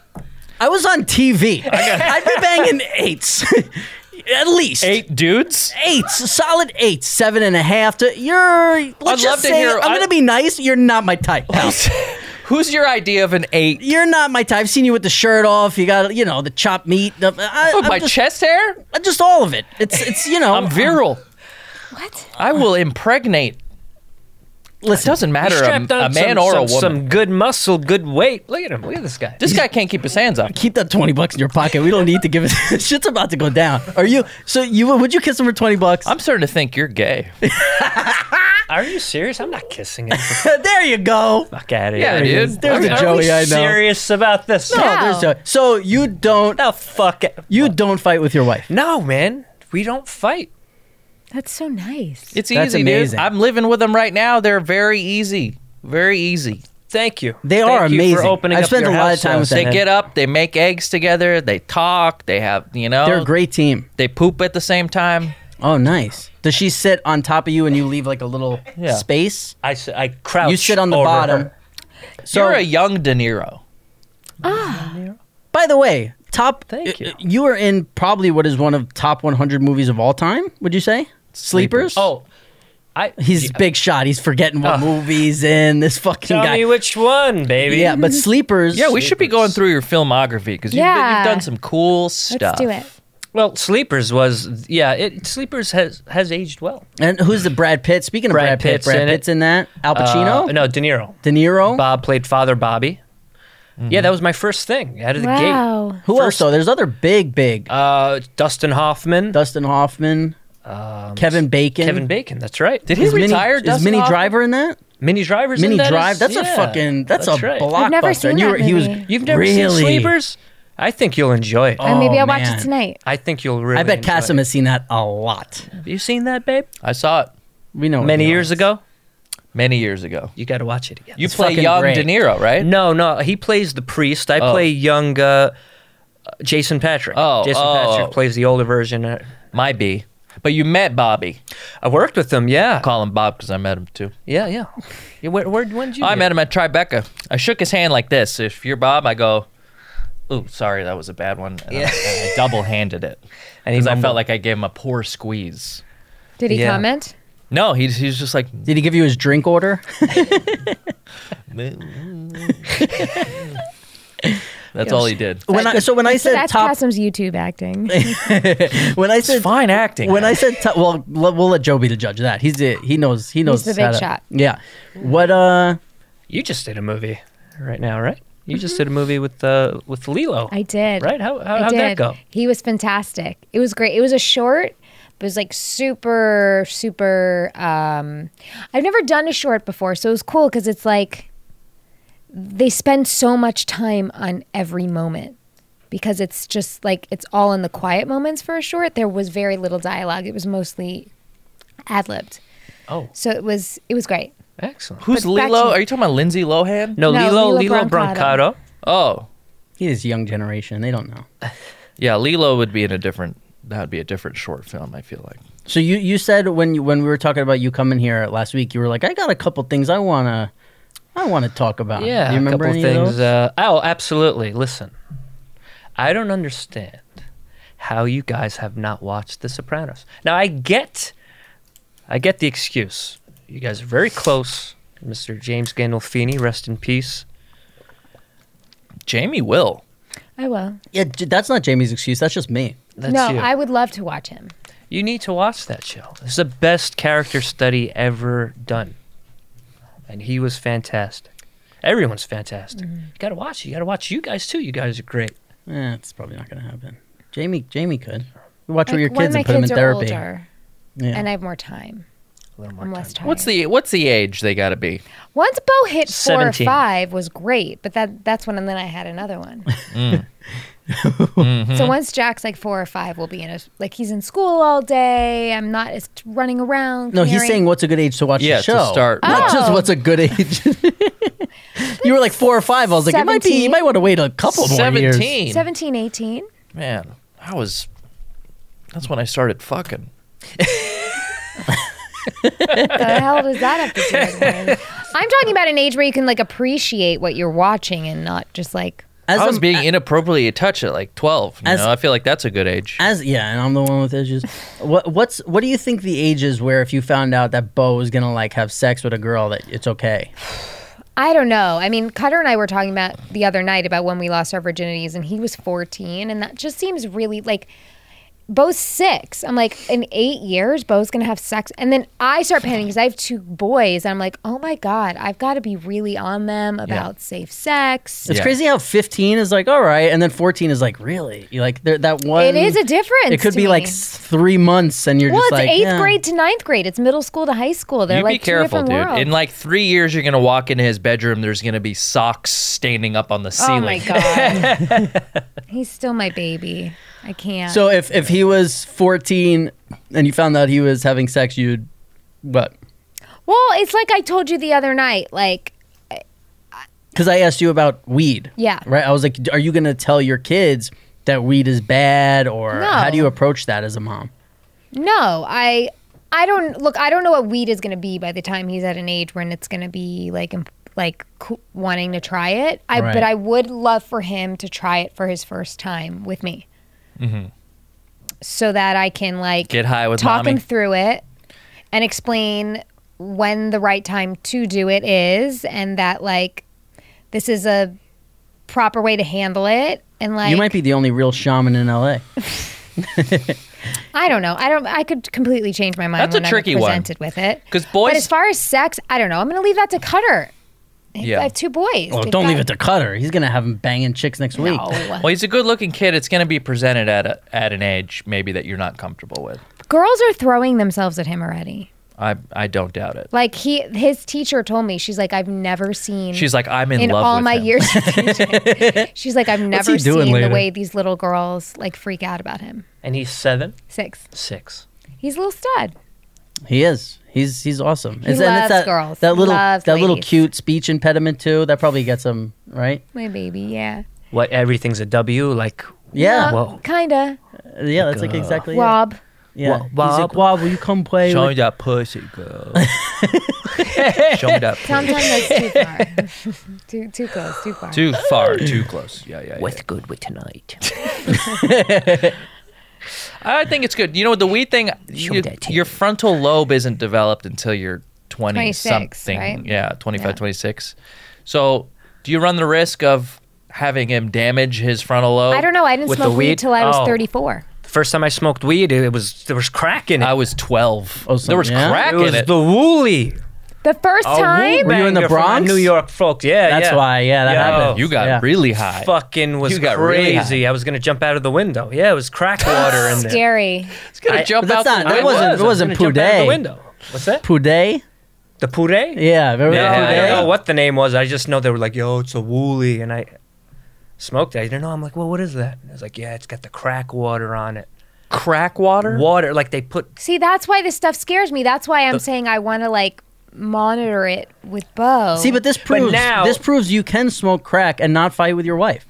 S1: I was on TV. I'd be banging eights, at least
S2: Eight dudes?
S1: eights, solid eights, seven and a half. To you're. Let's
S2: I'd love
S1: just
S2: to
S1: say
S2: hear-
S1: I'm
S2: I-
S1: gonna be nice. You're not my type. pal.
S2: Who's your idea of an eight?
S1: You're not my type. I've seen you with the shirt off. You got you know the chopped meat. the- I,
S2: Look,
S1: I'm
S2: my
S1: just,
S2: chest hair?
S1: I'm just all of it. It's it's you know.
S2: I'm virile.
S4: What?
S2: I will impregnate. It
S1: listen,
S2: doesn't matter a,
S3: Strapped on
S2: a man
S3: some,
S2: or a
S3: some,
S2: woman.
S3: Some good muscle, good weight. Look at him. Look at this guy.
S2: this guy can't keep his hands up.
S1: keep that twenty bucks in your pocket. We don't need to give it. Shit's about to go down. Are you? So you would you kiss him for twenty bucks?
S2: I'm starting to think you're gay.
S3: Are you serious? I'm not kissing him.
S1: there you go.
S3: Fuck out of
S2: Yeah,
S3: here.
S2: dude.
S1: There's
S2: Are
S1: a
S2: we-
S3: Are
S1: Joey
S3: we
S1: I know.
S3: serious about this?
S1: No,
S4: No.
S1: Oh, there's a, so you don't
S3: No, fuck it.
S1: you don't fight with your wife.
S3: No, man. We don't fight.
S4: That's so nice.
S2: It's
S1: That's
S2: easy,
S1: amazing.
S2: dude. I'm living with them right now. They're very easy. Very easy.
S3: Thank you.
S1: They
S3: Thank
S1: are
S3: you
S1: amazing.
S3: For opening
S1: I've
S3: up
S1: spent
S3: your
S1: a lot of
S3: house
S1: time
S3: to
S1: with
S3: us.
S1: them.
S2: They
S1: And-
S2: get up, they make eggs together, they talk, they have, you know,
S1: They're a great team.
S2: they poop at the same time.
S1: Oh, nice. Does she sit on top of you and you leave like a little
S3: Yeah.
S1: space?
S3: I, s- I crouch.
S1: You sit on the
S3: over
S1: bottom.
S3: her.
S1: So
S2: You're a young De Niro.
S1: by the way, top
S3: Thank you.
S1: you are in probably what is one of top 100 movies of all time, would you say? Sleepers?
S3: Oh, I.
S1: he's big shot. He's forgetting what movie he's in. This fucking
S3: Oh. Tell
S1: guy.
S3: me which one, baby.
S1: yeah, but Sleepers
S2: Yeah, we should be going through your filmography because you've, been-
S4: Yeah.
S2: you've done some cool stuff.
S4: Let's do it.
S3: Well, Sleepers was yeah. It Sleepers has has aged well.
S1: And who's the Brad Pitt? Speaking of Brad,
S3: Brad
S1: Pitt,
S3: Pitt's
S1: Brad
S3: in it.
S1: Pitt's in that. Al Pacino?
S3: Uh, no, De Niro.
S1: De Niro?
S3: Bob played Father Bobby.
S1: Mm-hmm.
S3: Yeah, that was my first thing out of the
S4: Wow.
S1: Who else though? There's other big, big.
S3: gate. Uh, Dustin Hoffman,
S1: Dustin Hoffman, Kevin Bacon.
S3: um, Kevin Bacon. That's right.
S2: Did he
S1: Is Minnie,
S2: retire?
S1: is
S2: Dustin
S1: Minnie
S2: Hoffman?
S1: Driver in that?
S3: Mini Driver's in
S1: Minnie
S3: that
S1: Drive.
S3: is-
S1: that's
S3: yeah,
S1: a fucking. That's, a
S3: right.
S1: blockbuster.
S4: I've never seen
S1: and you
S4: that
S1: were, He was.
S4: movie.
S3: You've never seen
S1: Really?
S3: Sleepers? I think you'll enjoy it.
S1: Oh,
S5: Uh,
S4: and maybe I'll watch
S1: man.
S4: it tonight.
S3: I think you'll really.
S1: I bet
S3: enjoy
S1: Cassim
S3: it.
S1: has seen that a lot.
S3: Have you seen that, babe?
S2: I saw it
S1: We know
S3: Many years ago.
S2: many years ago.
S3: You got to watch it again.
S2: You play
S1: fucking
S2: young
S1: great.
S2: De Niro, right?
S3: No, no. He plays the priest. I
S2: Oh.
S3: play young uh, Jason Patrick.
S2: Oh,
S3: Jason
S2: oh,
S3: Patrick
S2: oh.
S3: plays the older version. Uh,
S2: My B. But you met Bobby.
S3: I worked with him. Yeah.
S2: Call him Bob because I met him too.
S3: Yeah, Oh, yeah. yeah where, where, when did you?
S2: Oh, I
S3: meet
S2: met him at Tribeca. I shook his hand like this. If you're Bob, I go, "Ooh, sorry, that was a bad one." And I, double handed it,
S3: And he
S2: because I
S3: mumbled.
S2: felt like I gave him a poor squeeze.
S5: Did he
S3: Yeah.
S5: comment?
S2: No, he's he's just like
S1: Did he give you his drink order?
S2: mm." that's all he did.
S1: When I, so when I
S5: So
S1: said
S5: that's
S1: top,
S5: Casim's YouTube acting.
S1: when I
S2: It's
S1: said
S2: fine acting.
S1: when I said top, well, le- we'll let Joe be the judge of that. He's the, he knows he knows
S5: the big
S1: how to-
S5: shot.
S1: Yeah. What uh
S3: You just did a movie right now, right? You just did a movie with uh, with Lilo.
S5: I did.
S3: Right? How, how
S5: I
S3: how'd that
S5: did.
S3: go?
S5: He was fantastic. It was great. It was a short, but it was like super, super. Um, I've never done a short before, so it was cool because it's like they spend so much time on every moment because it's just like it's all in the quiet moments for a short. There was very little dialogue. It was mostly ad libbed.
S3: Oh,
S5: So it was it was great.
S3: excellent.
S2: Who's
S5: But back
S2: Lilo?
S5: to-
S2: Are you talking about Lindsay Lohan?
S3: No,
S5: No,
S3: Lilo
S5: Lilo
S3: Lilo,
S5: Brancato.
S3: Brancato.
S2: Oh,
S1: he is young generation. They don't know.
S2: yeah. Lilo would be in a different. That would be a different short film. I feel like.
S1: So you you said when you, when we were talking about you coming here last week, you were like, I got a couple things I wanna I wanna talk about.
S3: Yeah,
S1: Do Uh, you remember
S3: a couple
S1: any of
S3: things.
S1: those?
S3: Uh, oh, absolutely. Listen, I don't understand how you guys have not watched The Sopranos. Now I get, I get the excuse. You guys are very close, Mr. James Gandolfini. Rest in peace.
S2: Jamie will.
S5: I will.
S1: Yeah, j- that's not Jamie's excuse. That's just me.
S3: That's
S5: no,
S3: you.
S5: I would love to watch him.
S3: You need to watch that show. It's the best character study ever done. And he was fantastic. Everyone's fantastic.
S5: Mm-hmm.
S3: You gotta watch it. You gotta watch you guys too. You guys are great.
S1: Eh, it's probably not gonna happen. Jamie Jamie could. Watch with
S5: Like,
S1: your
S5: when
S1: kids
S5: my
S1: and put them in
S5: kids are
S1: therapy.
S5: older
S1: Yeah.
S5: and I have more time,
S3: A little more
S5: I'm
S3: time.
S5: less tired.
S2: What's the what's the age they got to be?
S5: Once Bo hit four or
S3: 17.
S5: five was great, but that that's when and then I had another one. so once Jack's like four or five, we'll be in a like he's in school all day. I'm not as t- running around.
S1: no, he's
S5: carrying-
S1: saying what's a good age to watch
S2: Yeah,
S1: the
S2: to
S1: show.
S2: start
S1: Not
S5: with.
S1: just what's a good age. you were like four or five. I was like, it might be. You
S5: 17?
S1: might want to wait a couple more years.
S2: Seventeen.
S5: 17, 18.
S2: Man, I was. That's when I started fucking.
S5: What the hell does that have to do with anything? I'm talking about an age where you can like appreciate what you're watching and not just like
S1: As
S2: I was
S1: a-
S2: being inappropriately touched at like twelve. You
S1: As-
S2: know, I feel like that's a good age.
S1: As yeah, and I'm the one with issues. What what's what do you think the age is where if you found out that Bo is gonna like have sex with a girl that it's okay?
S5: I don't know. I mean, Cutter and I were talking about the other night about when we lost our virginities, and he was 14, and that just seems really like Bo's six. I'm like, in eight years, Bo's gonna have sex. And then I start panicking because I have two boys, and I'm like, oh my God, I've got to be really on them about safe sex.
S1: It's
S2: Yeah.
S1: crazy how 15 is like all right, and then 14 is like really you like there, that one.
S5: It is a difference.
S1: It could
S5: to
S1: be
S5: me.
S1: like s- three months, and you're
S5: well,
S1: just
S5: it's
S1: like
S5: eighth
S1: yeah.
S5: grade to ninth grade. It's middle school to high school. They're
S2: you
S5: like
S2: be careful,
S5: two
S2: dude.
S5: different worlds.
S2: In like three years, you're gonna walk into his bedroom. There's gonna be socks staining up on the
S5: oh
S2: ceiling.
S5: my God, he's still my baby. I can't.
S1: So if if he was 14 and you found out he was having sex, you'd what?
S5: well, it's like I told you the other night, like.
S1: Because I asked you about weed.
S5: Yeah.
S1: Right. I was like, are you gonna tell your kids that weed is bad, or
S5: No.
S1: how do you approach that as a mom?
S5: No, I I don't look. I don't know what weed is going to be by the time he's at an age when it's going to be like imp- like co- wanting to try it. I
S1: Right.
S5: but I would love for him to try it for his first time with me,
S1: Mm-hmm.
S5: so that I can like
S2: Get high with
S5: talk him
S2: mommy.
S5: through it and explain when the right time to do it is, and that like this is a proper way to handle it. And like
S1: you might be the only real shaman in LA.
S5: I don't know. I don't. I could completely change my mind.
S2: That's a
S5: when I'm
S2: tricky one.
S5: presented with it.
S2: 'Cause boys-
S5: But as far as sex, I don't know. I'm going to leave that to Cutter.
S2: Yeah.
S5: I have two boys.
S1: Well,
S5: They've
S1: don't
S5: got-
S1: leave it to Cutter. He's gonna have him banging chicks next week.
S5: No.
S2: Well, he's a good-looking kid. It's gonna be presented at a, at an age maybe that you're not comfortable with.
S5: Girls are throwing themselves at him already.
S2: I I don't doubt it.
S5: Like he, his teacher told me, she's like, I've never seen.
S2: She's like, I'm in,
S5: in
S2: love
S5: all
S2: with
S5: my
S2: him.
S5: years. of teaching. she's like, I've
S1: What's
S5: never
S1: he doing
S5: seen
S1: later?
S5: the way these little girls like freak out about him.
S3: And he's seven,
S5: Six.
S3: six.
S5: He's a little stud.
S1: He is. He's he's awesome. He
S5: loves
S1: that,
S5: girls.
S1: That little
S5: Loves
S1: that little
S5: ladies.
S1: cute speech impediment too. That probably gets him right.
S5: My baby. Yeah.
S3: What everything's a W, like
S1: Yeah,
S3: Well-
S5: Well,
S3: Whoa.
S5: kinda.
S1: yeah. That's like exactly. it.
S5: Rob.
S1: Yeah.
S3: Wa-
S1: He's like,
S3: Bob.
S1: Bob, will you come play?
S2: Show me
S1: with-"
S2: that pussy, girl. Show me that pussy.
S5: Sometimes that's too far. too too close. Too far.
S2: Too far, too close. Yeah, yeah, yeah.
S3: what's good with tonight.
S2: I think it's good. You know, the weed thing,
S3: Show
S2: you-
S3: that tape.
S2: your frontal lobe isn't developed until you're 20
S5: 26,
S2: something.
S5: right?
S2: Yeah, 25,
S5: Yeah.
S2: 26. So, do you run the risk of having him damage his frontal lobe?
S1: Oh,
S5: I don't know. I didn't
S3: With the
S5: smoke weed,
S3: weed?
S5: till I was
S3: Oh.
S5: 34.
S3: The first time I smoked weed, it was there was crack in it.
S2: I was 12.
S1: Oh, so-
S2: there was
S1: yeah?
S2: crack
S3: it was
S2: in it.
S3: the wooly.
S5: The first time?
S1: Were Oh, you in the
S3: Banger from
S1: Bronx?
S3: New York folks. Yeah,
S1: That's
S3: yeah.
S1: why, yeah, that
S3: Yo.
S1: happened.
S2: Oh, you got
S1: Yeah.
S2: really high.
S3: Fucking was
S2: You got really
S3: crazy. I was gonna jump out of the window. Yeah, it was crack water in there.
S5: Scary.
S2: It's gonna
S3: I-
S2: jump
S1: But
S2: out
S1: that's
S2: the
S1: not- that
S3: I
S2: window.
S1: wasn't- it
S3: was. I was
S1: wasn't
S3: gonna jump out of
S1: Poudet.
S3: the window. What's that?
S1: Poudet?
S3: The poulet?
S1: Yeah, remember
S2: Yeah,
S3: I
S1: Poudet?
S3: don't know what the name was. I just know they were like, "Yo, it's a wooly," and I smoked it. I didn't know. I'm like, "Well, what is that?" And I was like, "Yeah, it's got the crack water on it.
S2: crack water?
S3: Water like they put
S5: See, that's why this stuff scares me. That's why I'm saying I want to like monitor it with Bo.
S1: See, but this proves
S3: now-
S1: this proves you can smoke crack and not fight with your wife,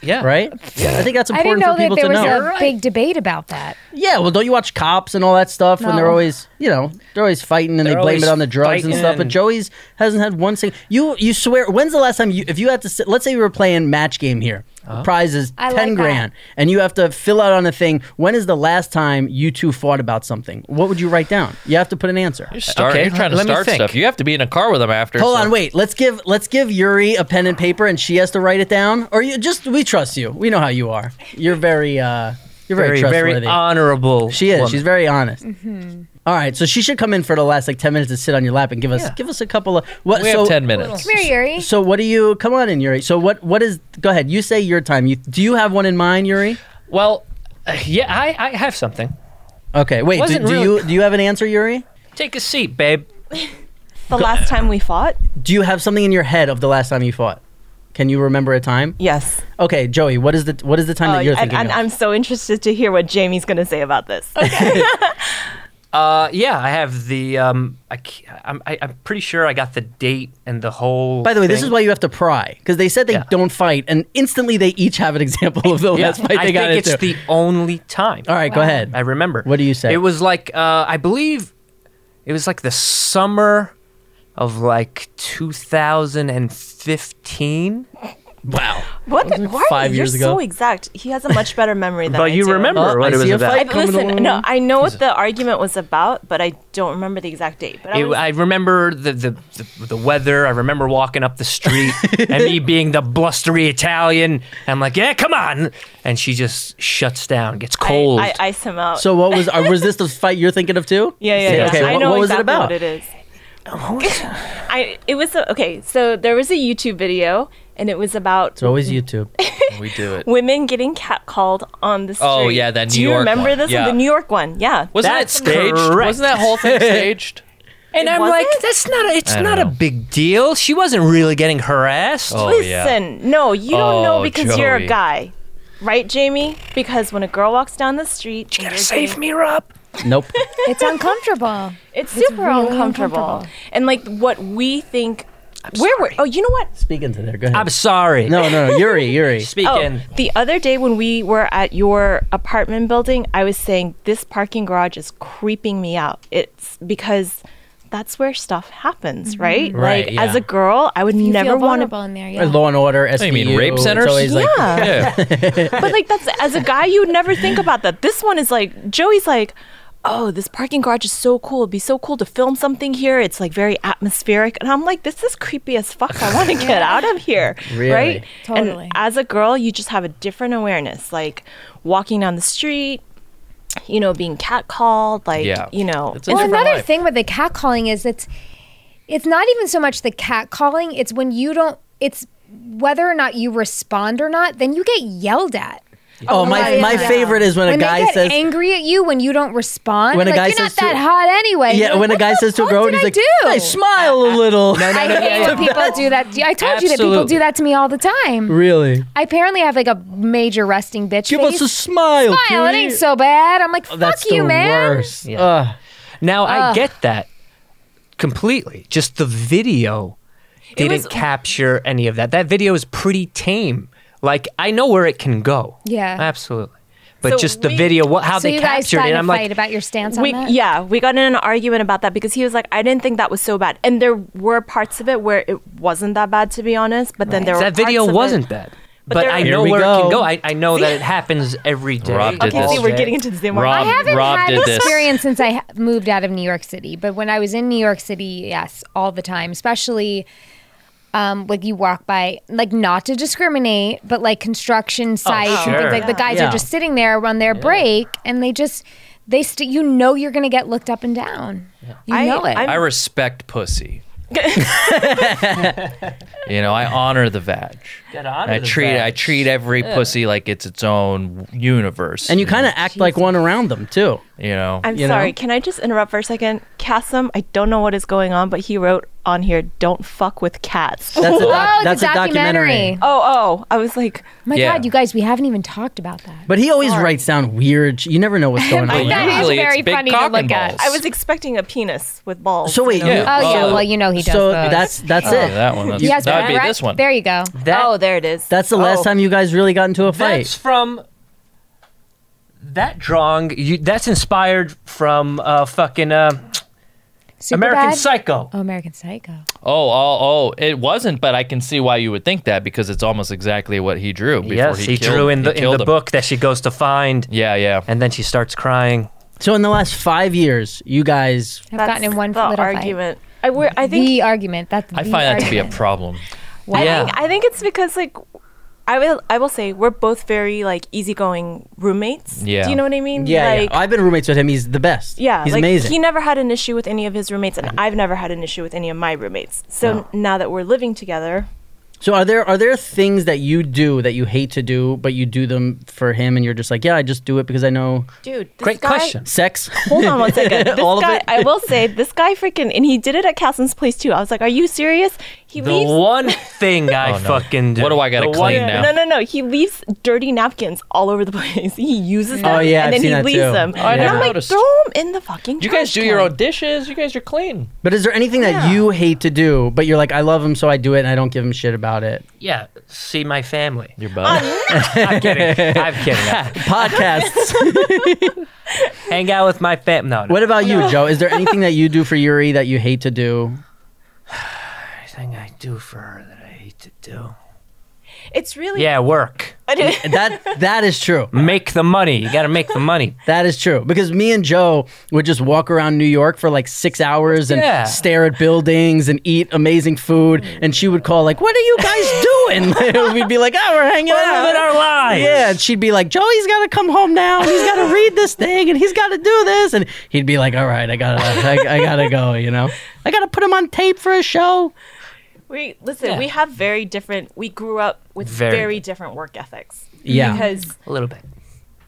S3: yeah
S1: right? I think that's
S5: I didn't
S1: important
S5: know
S1: for
S5: that
S1: people
S5: there
S1: to
S5: was
S1: know.
S5: a big debate about that.
S1: yeah, well, don't you watch cops and all that stuff when they're
S5: No.
S1: always, you know, they're always fighting and they
S3: They're
S1: blame it
S3: always
S1: on the drugs and
S3: fighting
S1: stuff. But
S3: and-
S1: Joey's hasn't had one single. You you swear? When's the last time you if you had to sit? Let's say we were playing match game here. The prize is
S5: I
S1: ten
S5: like that.
S1: grand, and you have to fill out on a thing. When is the last time you two fought about something? What would you write down? You have to put an answer.
S2: You're, starting,
S3: Okay,
S2: you're trying to
S3: let me
S2: start
S3: think.
S2: stuff. You have to be in a car with him after.
S1: Hold
S2: so-
S1: on, wait. Let's give let's give Yuri a pen and paper, and she has to write it down. Or you just we trust you. We know how you are. You're very uh, you're very,
S3: very
S1: trustworthy.
S3: very honorable.
S1: she is.
S3: woman.
S1: She's very honest.
S6: Mm-hmm.
S1: All right, so she should come in for the last like ten minutes to sit on your lap and give us
S3: Yeah.
S1: give us a couple of what.
S2: We
S1: so,
S2: have 10 minutes.
S5: Come here, Yuri.
S1: So what do you? Come on in, Yuri. So what? What is? Go ahead. You say your time. You do you have one in mind, Yuri?
S3: well. uh, yeah, I, I have something.
S1: Okay, wait. Do,
S3: Wasn't
S1: do
S3: really-
S1: you do you have an answer, Yuri?
S3: Take a seat, babe.
S6: The last time we fought?
S1: Do you have something in your head of the last time you fought? Can you remember a time?
S6: Yes.
S1: Okay, Joey. What is the what is the time
S6: Uh,
S1: that you're
S6: and,
S1: thinking
S6: and
S1: of?
S6: I'm so interested to hear what Jamie's going to say about this.
S3: Uh, yeah, I have the. Um, I, ca- I'm, I, I'm pretty sure I got the date and the whole.
S1: By the way, this
S3: thing.
S1: is why you have to pry because they said they
S3: Yeah.
S1: don't fight, and instantly they each have an example of the
S3: Yeah,
S1: last fight they
S3: I
S1: got
S3: think it's
S1: into.
S3: the only time.
S1: All right, go ahead.
S3: I remember.
S1: What do you say?
S3: It was like uh, I believe it was like the summer of like 2015.
S1: wow.
S6: What? the- Why
S1: five
S6: are
S1: years
S6: you
S1: ago.
S6: so exact? He has a much better memory than I
S3: But you
S6: do.
S3: remember
S1: Oh,
S3: what
S1: I
S3: it was
S1: see a
S3: about.
S1: fight.
S6: I,
S1: coming along.
S6: listen, no, I know what the argument was about, but I don't remember the exact date. But I
S3: It-
S6: was,
S3: I remember the, the, the, the weather. I remember walking up the street and me being the blustery Italian. I'm like, yeah, come on. And she just shuts down, gets
S6: I-
S3: cold.
S6: I, ice him out.
S1: So what was uh, was this the fight you're thinking of too?
S6: yeah, yeah, yeah.
S1: Okay,
S6: I
S1: what,
S6: know
S1: what was it
S6: exactly
S1: about?
S6: what it is. I it was a, okay. So there was a YouTube video, and it was about
S1: It's always YouTube.
S2: We do it.
S6: women getting catcalled on the street.
S2: Oh, yeah, that
S6: Do
S2: New
S6: you
S2: York
S6: remember
S2: one.
S6: this
S2: Yeah.
S6: one? The New York one, yeah.
S2: Wasn't
S3: That's
S2: it staged?
S3: correct.
S2: Wasn't that whole thing staged?
S3: and
S6: It
S3: I'm
S6: wasn't?
S3: like, that's not a, it's
S2: I don't
S3: not a
S2: know.
S3: big deal. She wasn't really getting harassed.
S2: Oh, yeah.
S6: Listen, no, you don't
S2: Oh,
S6: know because you're a
S2: Joey.
S6: guy. Right, Jamie? Because when a girl walks down the street,
S3: You
S6: and
S3: gotta
S6: you're
S3: save
S6: getting-
S3: me, Rob.
S1: Nope.
S5: it's uncomfortable.
S6: It's super
S5: really
S6: uncomfortable.
S5: uncomfortable.
S6: And like what we think where were
S3: sorry.
S6: oh, you know what?
S1: Speaking to there, go ahead.
S3: I'm sorry.
S1: no, no, no, Yuri, Yuri.
S3: Speaking.
S6: Oh, the other day when we were at your apartment building, I was saying this parking garage is creeping me out. It's because that's where stuff happens, right?
S1: Right,
S6: like
S1: yeah.
S6: as a girl, I would
S5: You
S6: never
S5: feel
S6: want
S5: vulnerable
S6: to.
S5: in there.
S1: Uh,
S5: Yeah.
S1: Law and Order, SVU.
S2: Oh, you mean, rape
S1: it's
S2: centers?
S1: always like-
S6: Yeah.
S2: Yeah.
S6: but like that's as a guy you would never think about that this one is like joey's like oh this parking garage is so cool it'd be so cool to film something here it's like very atmospheric and i'm like this is creepy as fuck i want to get out of here
S1: Really?
S6: right
S5: Totally.
S6: and as a girl you just have a different awareness like walking down the street you know being catcalled like
S2: Yeah.
S6: you know
S2: It's a
S5: well,
S2: different
S5: another
S2: life.
S5: thing with the cat calling is it's it's not even so much the cat calling. It's when you don't. It's whether or not you respond or not. Then you get yelled at.
S1: Oh, my, my
S5: Yeah.
S1: favorite is when a
S5: When
S1: guy
S5: they get
S1: says,
S5: angry at you when you don't respond.
S1: When a
S5: like,
S1: guy
S5: you're
S1: says
S5: not
S1: to-
S5: that hot anyway.
S1: yeah,
S5: You're like,
S1: when a
S5: "What
S1: guy
S5: the
S1: says to a
S5: fuck
S1: girl, and
S5: did
S1: he's
S5: I
S1: like,
S5: do?
S1: I smile a little.
S5: I hate when people do that. I told you that people
S2: Absolutely.
S5: do that to me all the time.
S1: Really?
S5: I apparently have like a major resting bitch
S1: Give us
S5: face.
S1: a smile.
S5: smile. It
S1: cutie.
S5: ain't so bad. I'm
S2: Oh,
S5: like, fuck
S1: That's
S5: you,
S1: the
S5: man.
S1: worst. Ugh.
S3: Now I
S5: Ugh.
S3: get that completely. Just the video didn't
S6: was-
S3: capture any of that. That video is pretty tame. Like I know where it can go.
S5: Yeah.
S3: absolutely. But
S6: So
S3: just the
S6: we-
S3: video, what, how
S5: so
S3: they
S5: you guys
S3: captured it,
S5: started
S3: and
S5: a
S3: I'm
S5: fight
S3: like,
S5: about your stance on
S6: we,
S5: that.
S6: yeah, we got in an argument about that because he was like, I didn't think that was so bad, and there were parts of it where it wasn't that bad, to be honest. But then there were
S3: that video
S6: parts of it-
S3: wasn't that. But,
S6: there-
S3: I
S1: Here
S3: know
S1: we
S3: where it
S1: go.
S3: can go. I, I know that it happens every day.
S2: Rob did
S6: Okay,
S2: this.
S6: see, we're getting into the same one.
S2: Rob,
S5: I haven't
S2: Rob
S5: had
S2: did this.
S5: experience since I ha- moved out of New York City, but when I was in New York City, yes, all the time, especially um, like you walk by, like not to discriminate, but like construction sites and
S3: sure.
S5: things like the guys
S1: Yeah.
S5: are just sitting there on their break and they just, they st- you know you're going to get looked up and down. You
S6: I-
S5: know it.
S6: I'm-
S2: I respect pussy. you know, I honor the vag. I treat I treat every pussy like it's its own universe.
S1: And you kind of act like one around them too.
S2: you know,
S6: I'm
S1: you
S6: sorry.
S1: know?
S6: Can I just interrupt for a second? Cassim, I don't know what is going on, but he wrote on here, "Don't fuck with cats." oh,
S1: That's a,
S5: Oh,
S1: doc-
S5: the
S1: that's a documentary.
S5: documentary.
S6: oh! I was like,
S5: My
S2: Yeah.
S5: God, you guys, we haven't even talked about that.
S1: But he always writes down weird. sh- You never know what's going
S5: I
S1: on.
S5: know. That is
S2: usually
S5: very
S2: it's big
S5: funny to
S2: cock and
S5: look at.
S2: balls.
S6: I was expecting a penis with balls.
S1: So wait,
S2: Yeah.
S1: you-
S5: Oh, yeah.
S2: Oh.
S5: Well, you know he does.
S1: so
S5: those.
S1: that's that's
S2: Oh,
S1: it.
S2: that one. That's,
S5: you guys
S2: that would be
S5: correct?
S2: this one.
S5: There you go.
S3: That,
S6: oh, there it is.
S1: That's the last
S6: Oh.
S1: time you guys really got into a fight.
S3: that's from that drawing. You, that's inspired from uh, fucking uh, American
S5: Superbad?
S3: Psycho.
S5: Oh, American Psycho.
S2: Oh, oh, oh! It wasn't, but I can see why you would think that because it's almost exactly what he drew. Before
S3: yes, he,
S2: killed-
S3: drew in the in
S2: killed
S3: the
S2: him.
S3: book that she goes to find,
S2: Yeah, yeah.
S3: and then she starts crying.
S1: so in the last five years, you guys.
S5: I've
S6: That's
S5: gotten in one
S6: the
S5: little fight.
S6: argument. I, wor- I think
S5: the argument. That's
S2: I
S5: the
S2: find that to be a
S5: argument.
S2: problem.
S6: I
S3: Yeah.
S6: think I think it's because like I will I will say we're both very like easygoing roommates.
S2: Yeah.
S6: Do you know what I mean?
S1: Yeah,
S6: Like,
S1: yeah. I've been roommates with him. He's the best.
S6: yeah,
S1: he's
S6: like,
S1: amazing. Mm-hmm.
S6: He never had an issue with any of his roommates, and I've never had an issue with any of my roommates. So now that we're living together,
S1: so are there are there things that you do that you hate to do, but you do them for him, and you're just like, yeah, I just do it because I know
S6: dude, this
S3: Great
S6: guy,
S3: question.
S1: sex.
S6: Hold on one second. This
S1: All of
S6: guy,
S1: it?
S6: I will say, this guy freaking, and he did it at Cassim's place too. I was like, "Are you serious?" He
S3: The
S6: leaves.
S3: one thing I
S2: Oh, no.
S3: fucking do.
S2: What do I gotta
S3: The one-
S2: clean now?
S6: No, no, no. He leaves dirty napkins all over the place. He uses them,
S1: Oh, yeah, I've
S6: and then
S1: seen
S6: he
S1: that,
S6: leaves
S1: too.
S6: them.
S1: I
S6: and
S2: never
S6: I'm like,
S2: noticed.
S6: throw them in the fucking.
S2: You guys
S6: trash
S2: do your
S6: can."
S2: own dishes. You guys are clean.
S1: But is there anything that
S6: Yeah.
S1: you hate to do, but you're like, I love him, so I do it, and I don't give him shit about it?
S3: Yeah, see my family.
S2: Your bud.
S3: I'm kidding. I'm kidding.
S1: Podcasts.
S3: Hang out with my fam. No, no.
S1: what about you, Joe? Is there anything that you do for Yuri that you hate to do?
S3: thing I do for her that I hate to do?
S6: It's really
S3: Yeah, work.
S6: I didn't-
S1: That that is true.
S3: Make the money. You gotta make the money.
S1: That is true. Because me and Joe would just walk around New York for like six hours and
S3: Yeah.
S1: stare at buildings and eat amazing food. And she would call like, "What are you guys doing?" We'd be like, "Oh, we're hanging out."
S3: Living our lives.
S1: Yeah, and she'd be like, "Joey's got to come home now. And he's got to read this thing, and he's got to do this." And he'd be like, "All right, I gotta, I, I gotta go. You know, I gotta put him on tape for a show."
S6: We listen.
S3: Yeah.
S6: We have very different. We grew up with
S3: Very
S6: very, different work ethics.
S1: Yeah.
S6: because
S3: A little bit.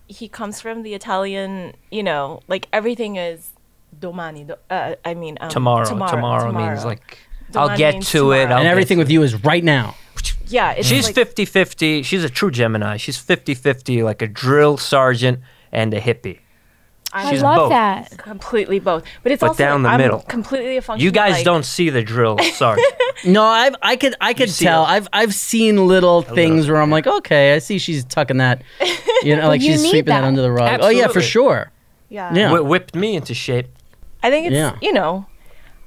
S6: he comes from the Italian. You know, like everything is domani. do- Uh, I mean, um,
S3: Tomorrow. Tomorrow, means like I'll
S6: Tomorrow
S3: get
S6: means
S3: to it.
S6: tomorrow.
S3: I'll
S1: And
S3: get
S1: everything with you is right now.
S6: yeah. It's
S3: She's
S6: like,
S3: 50 50. She's a true Gemini. She's 50 50, like a drill sergeant and a hippie.
S6: I'm
S4: I
S3: She's
S4: love
S3: both.
S4: that.
S6: completely both, but it's
S3: But
S6: also
S3: down
S6: like,
S3: the
S6: I'm
S3: middle.
S6: Completely a function.
S3: You
S6: of,
S3: guys
S6: like-
S3: don't see the drill sergeant.
S1: No, I've, I could, I could
S3: see
S1: tell.
S3: it.
S1: I've, I've seen little things where I'm like, okay, I see she's tucking that, you know, like
S4: you
S1: she's
S4: need
S1: sweeping that.
S4: that.
S1: under the rug. Oh yeah, for
S3: Absolutely.
S1: sure.
S6: Yeah.
S1: Yeah.
S3: Wh- whipped me into shape.
S6: I think it's
S1: Yeah.
S6: you know,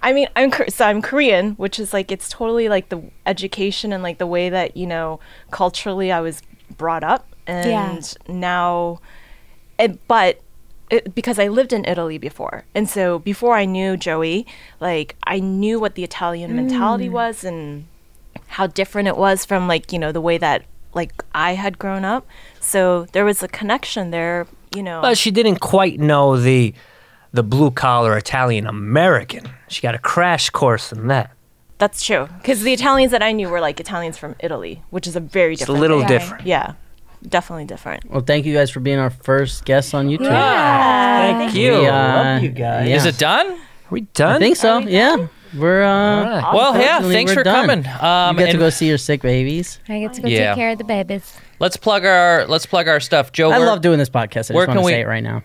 S6: I mean, I'm Kor- so I'm Korean, which is like it's totally like the education and like the way that you know culturally I was brought up, and now, it, but it, because I lived in Italy before, and so before I knew Joey, like I knew what the Italian mentality was and how different it was from like you know the way that like I had grown up, so there was a connection there, you know.
S3: But she didn't quite know the the blue collar Italian American. She got a crash course in that.
S6: That's true. Because the Italians that I knew were like Italians from Italy, which is a very
S3: It's a
S6: different.
S3: little
S6: thing.
S3: different.
S6: Yeah, definitely different.
S1: Well, thank you guys for being our first guests on YouTube.
S3: Thank you.
S1: We, uh,
S3: Love you guys.
S1: yeah.
S2: Is it done?
S3: Are we done?
S1: I think so. Yeah, we're. Uh,
S3: All right.
S2: Well, yeah.
S1: Unfortunately,
S2: Thanks
S1: we're
S2: for
S1: done.
S2: coming. Um,
S1: You get to
S2: and
S1: go see your sick babies.
S5: I get to go
S2: Yeah.
S5: take care of the babies.
S2: Let's plug our let's plug our stuff, Joe.
S1: I
S2: where-
S1: love doing this podcast. I just
S2: where
S1: want
S2: can
S1: to
S2: we-
S1: say it right now.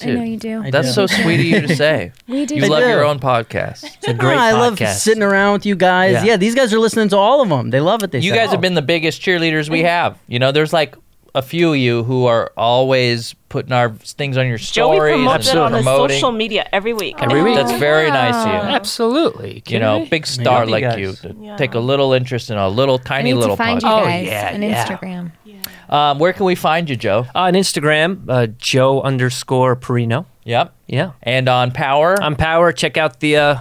S5: I know you do.
S1: I
S2: That's
S1: do.
S2: so sweet of you to say.
S5: we do.
S2: You love
S1: do.
S2: your own podcast.
S3: It's a great
S1: Ah, I love
S3: podcast.
S1: sitting around with you guys. Yeah.
S3: Yeah.
S1: these guys are listening to all of them. They love it. They
S2: You
S1: say.
S2: guys have been the biggest cheerleaders we have. You know, there's like a few of you who are always putting our things on your
S6: Joey
S2: stories and
S6: promotes it on his
S2: promoting.
S6: social media every week.
S3: Every week.
S2: That's very nice of you.
S3: Absolutely.
S2: You know, big star
S3: you
S2: like
S3: guys.
S2: you to
S6: Yeah.
S2: take a little interest in a little tiny
S5: I need
S2: little Oh,
S5: to find
S2: podcast.
S5: you guys
S3: yeah,
S5: on
S3: yeah.
S5: Instagram.
S2: Um, where can we find you, Joe?
S3: on Instagram, uh, Joe underscore Perino.
S2: Yep.
S3: Yeah.
S2: And on Power.
S3: On Power, check out the uh,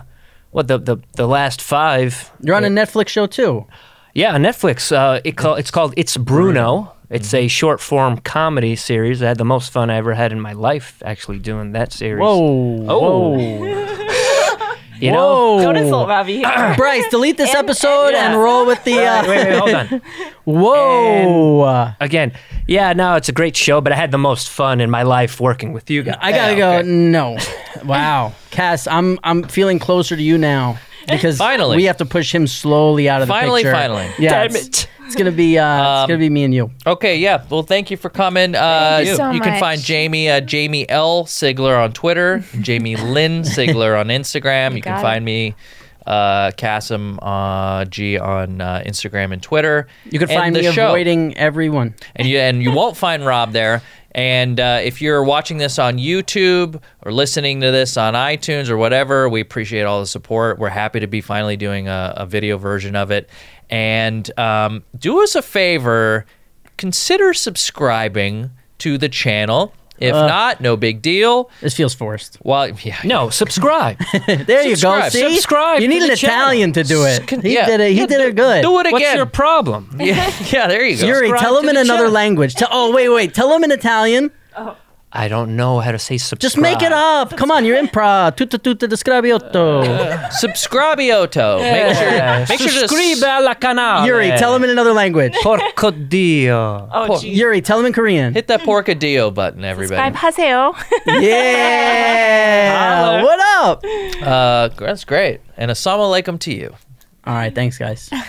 S3: what the, the the last five.
S1: You're on a Netflix show too.
S3: Yeah, on Netflix. Uh, it call, it's called It's Bruno. It's
S1: Mm-hmm.
S3: a short form comedy series. I had the most fun I ever had in my life actually doing that series.
S1: Whoa.
S3: Oh.
S1: Whoa.
S3: You know.
S6: Go to Soul Ravi.
S1: Bryce, delete this
S6: And-
S1: episode
S6: yeah.
S1: and roll with the.
S3: Wait,
S1: Uh,
S3: wait, wait, hold on.
S1: whoa.
S3: Again, yeah, no, it's a great show, but I had the most fun in my life working with you guys.
S1: I gotta go. No. Wow. Cass, I'm I'm feeling closer to you now because
S2: Finally.
S1: we have to push him slowly out of the
S2: Finally,
S1: picture.
S2: finally.
S1: Yeah,
S3: Damn
S1: it's-
S3: it.
S1: It's gonna be uh, it's gonna be me and you.
S2: Okay, yeah. Well, thank you for coming. Uh,
S5: you so
S2: can
S5: much.
S2: find Jamie uh, Jamie L Sigler on Twitter, Jamie Lynn Sigler on Instagram. You, can
S5: got
S2: find me uh Casim uh, G on uh, Instagram and Twitter.
S1: You can
S2: And
S1: find
S2: the
S1: me
S2: show.
S1: avoiding everyone.
S2: and you and you won't find Rob there. And uh, if you're watching this on YouTube or listening to this on iTunes or whatever, we appreciate all the support. We're happy to be finally doing a, a video version of it. And um, do us a favor, consider subscribing to the channel. If not, no big deal.
S1: This feels forced.
S2: Well, yeah,
S3: Uh. No, subscribe.
S1: There you go.
S2: Subscribe.
S1: See,
S3: Subscribe
S1: You
S3: to
S1: need an
S3: the channel.
S1: Italian to do it.
S2: Con-
S1: He
S2: yeah.
S1: did it. He
S2: Yeah,
S1: did it good.
S2: do it
S3: What's
S2: again.
S3: your problem?
S2: yeah, yeah, there you go.
S1: Yuri,
S3: Subscribe
S1: tell
S3: to
S1: him in
S3: the
S1: another
S3: channel.
S1: language. Tell, oh wait, wait. Tell him in Italian.
S3: I don't know how to say subscribe.
S1: Just make it up. Come on, you're improv. Tutta tutta descrabioto.
S2: Subscribioto. Make sure, make sure to
S3: Eh, Subscribe alla
S2: Oh,
S3: canale.
S1: Yuri, tell him in another language.
S3: Porco dio.
S6: Oh, geez.
S1: Yuri, tell him in Korean.
S2: hit that porcadillo button, everybody.
S6: Bye, Paseo.
S1: Yeah. what up?
S2: Uh, that's great. And assalamu alaikum to you.
S1: All right, thanks guys.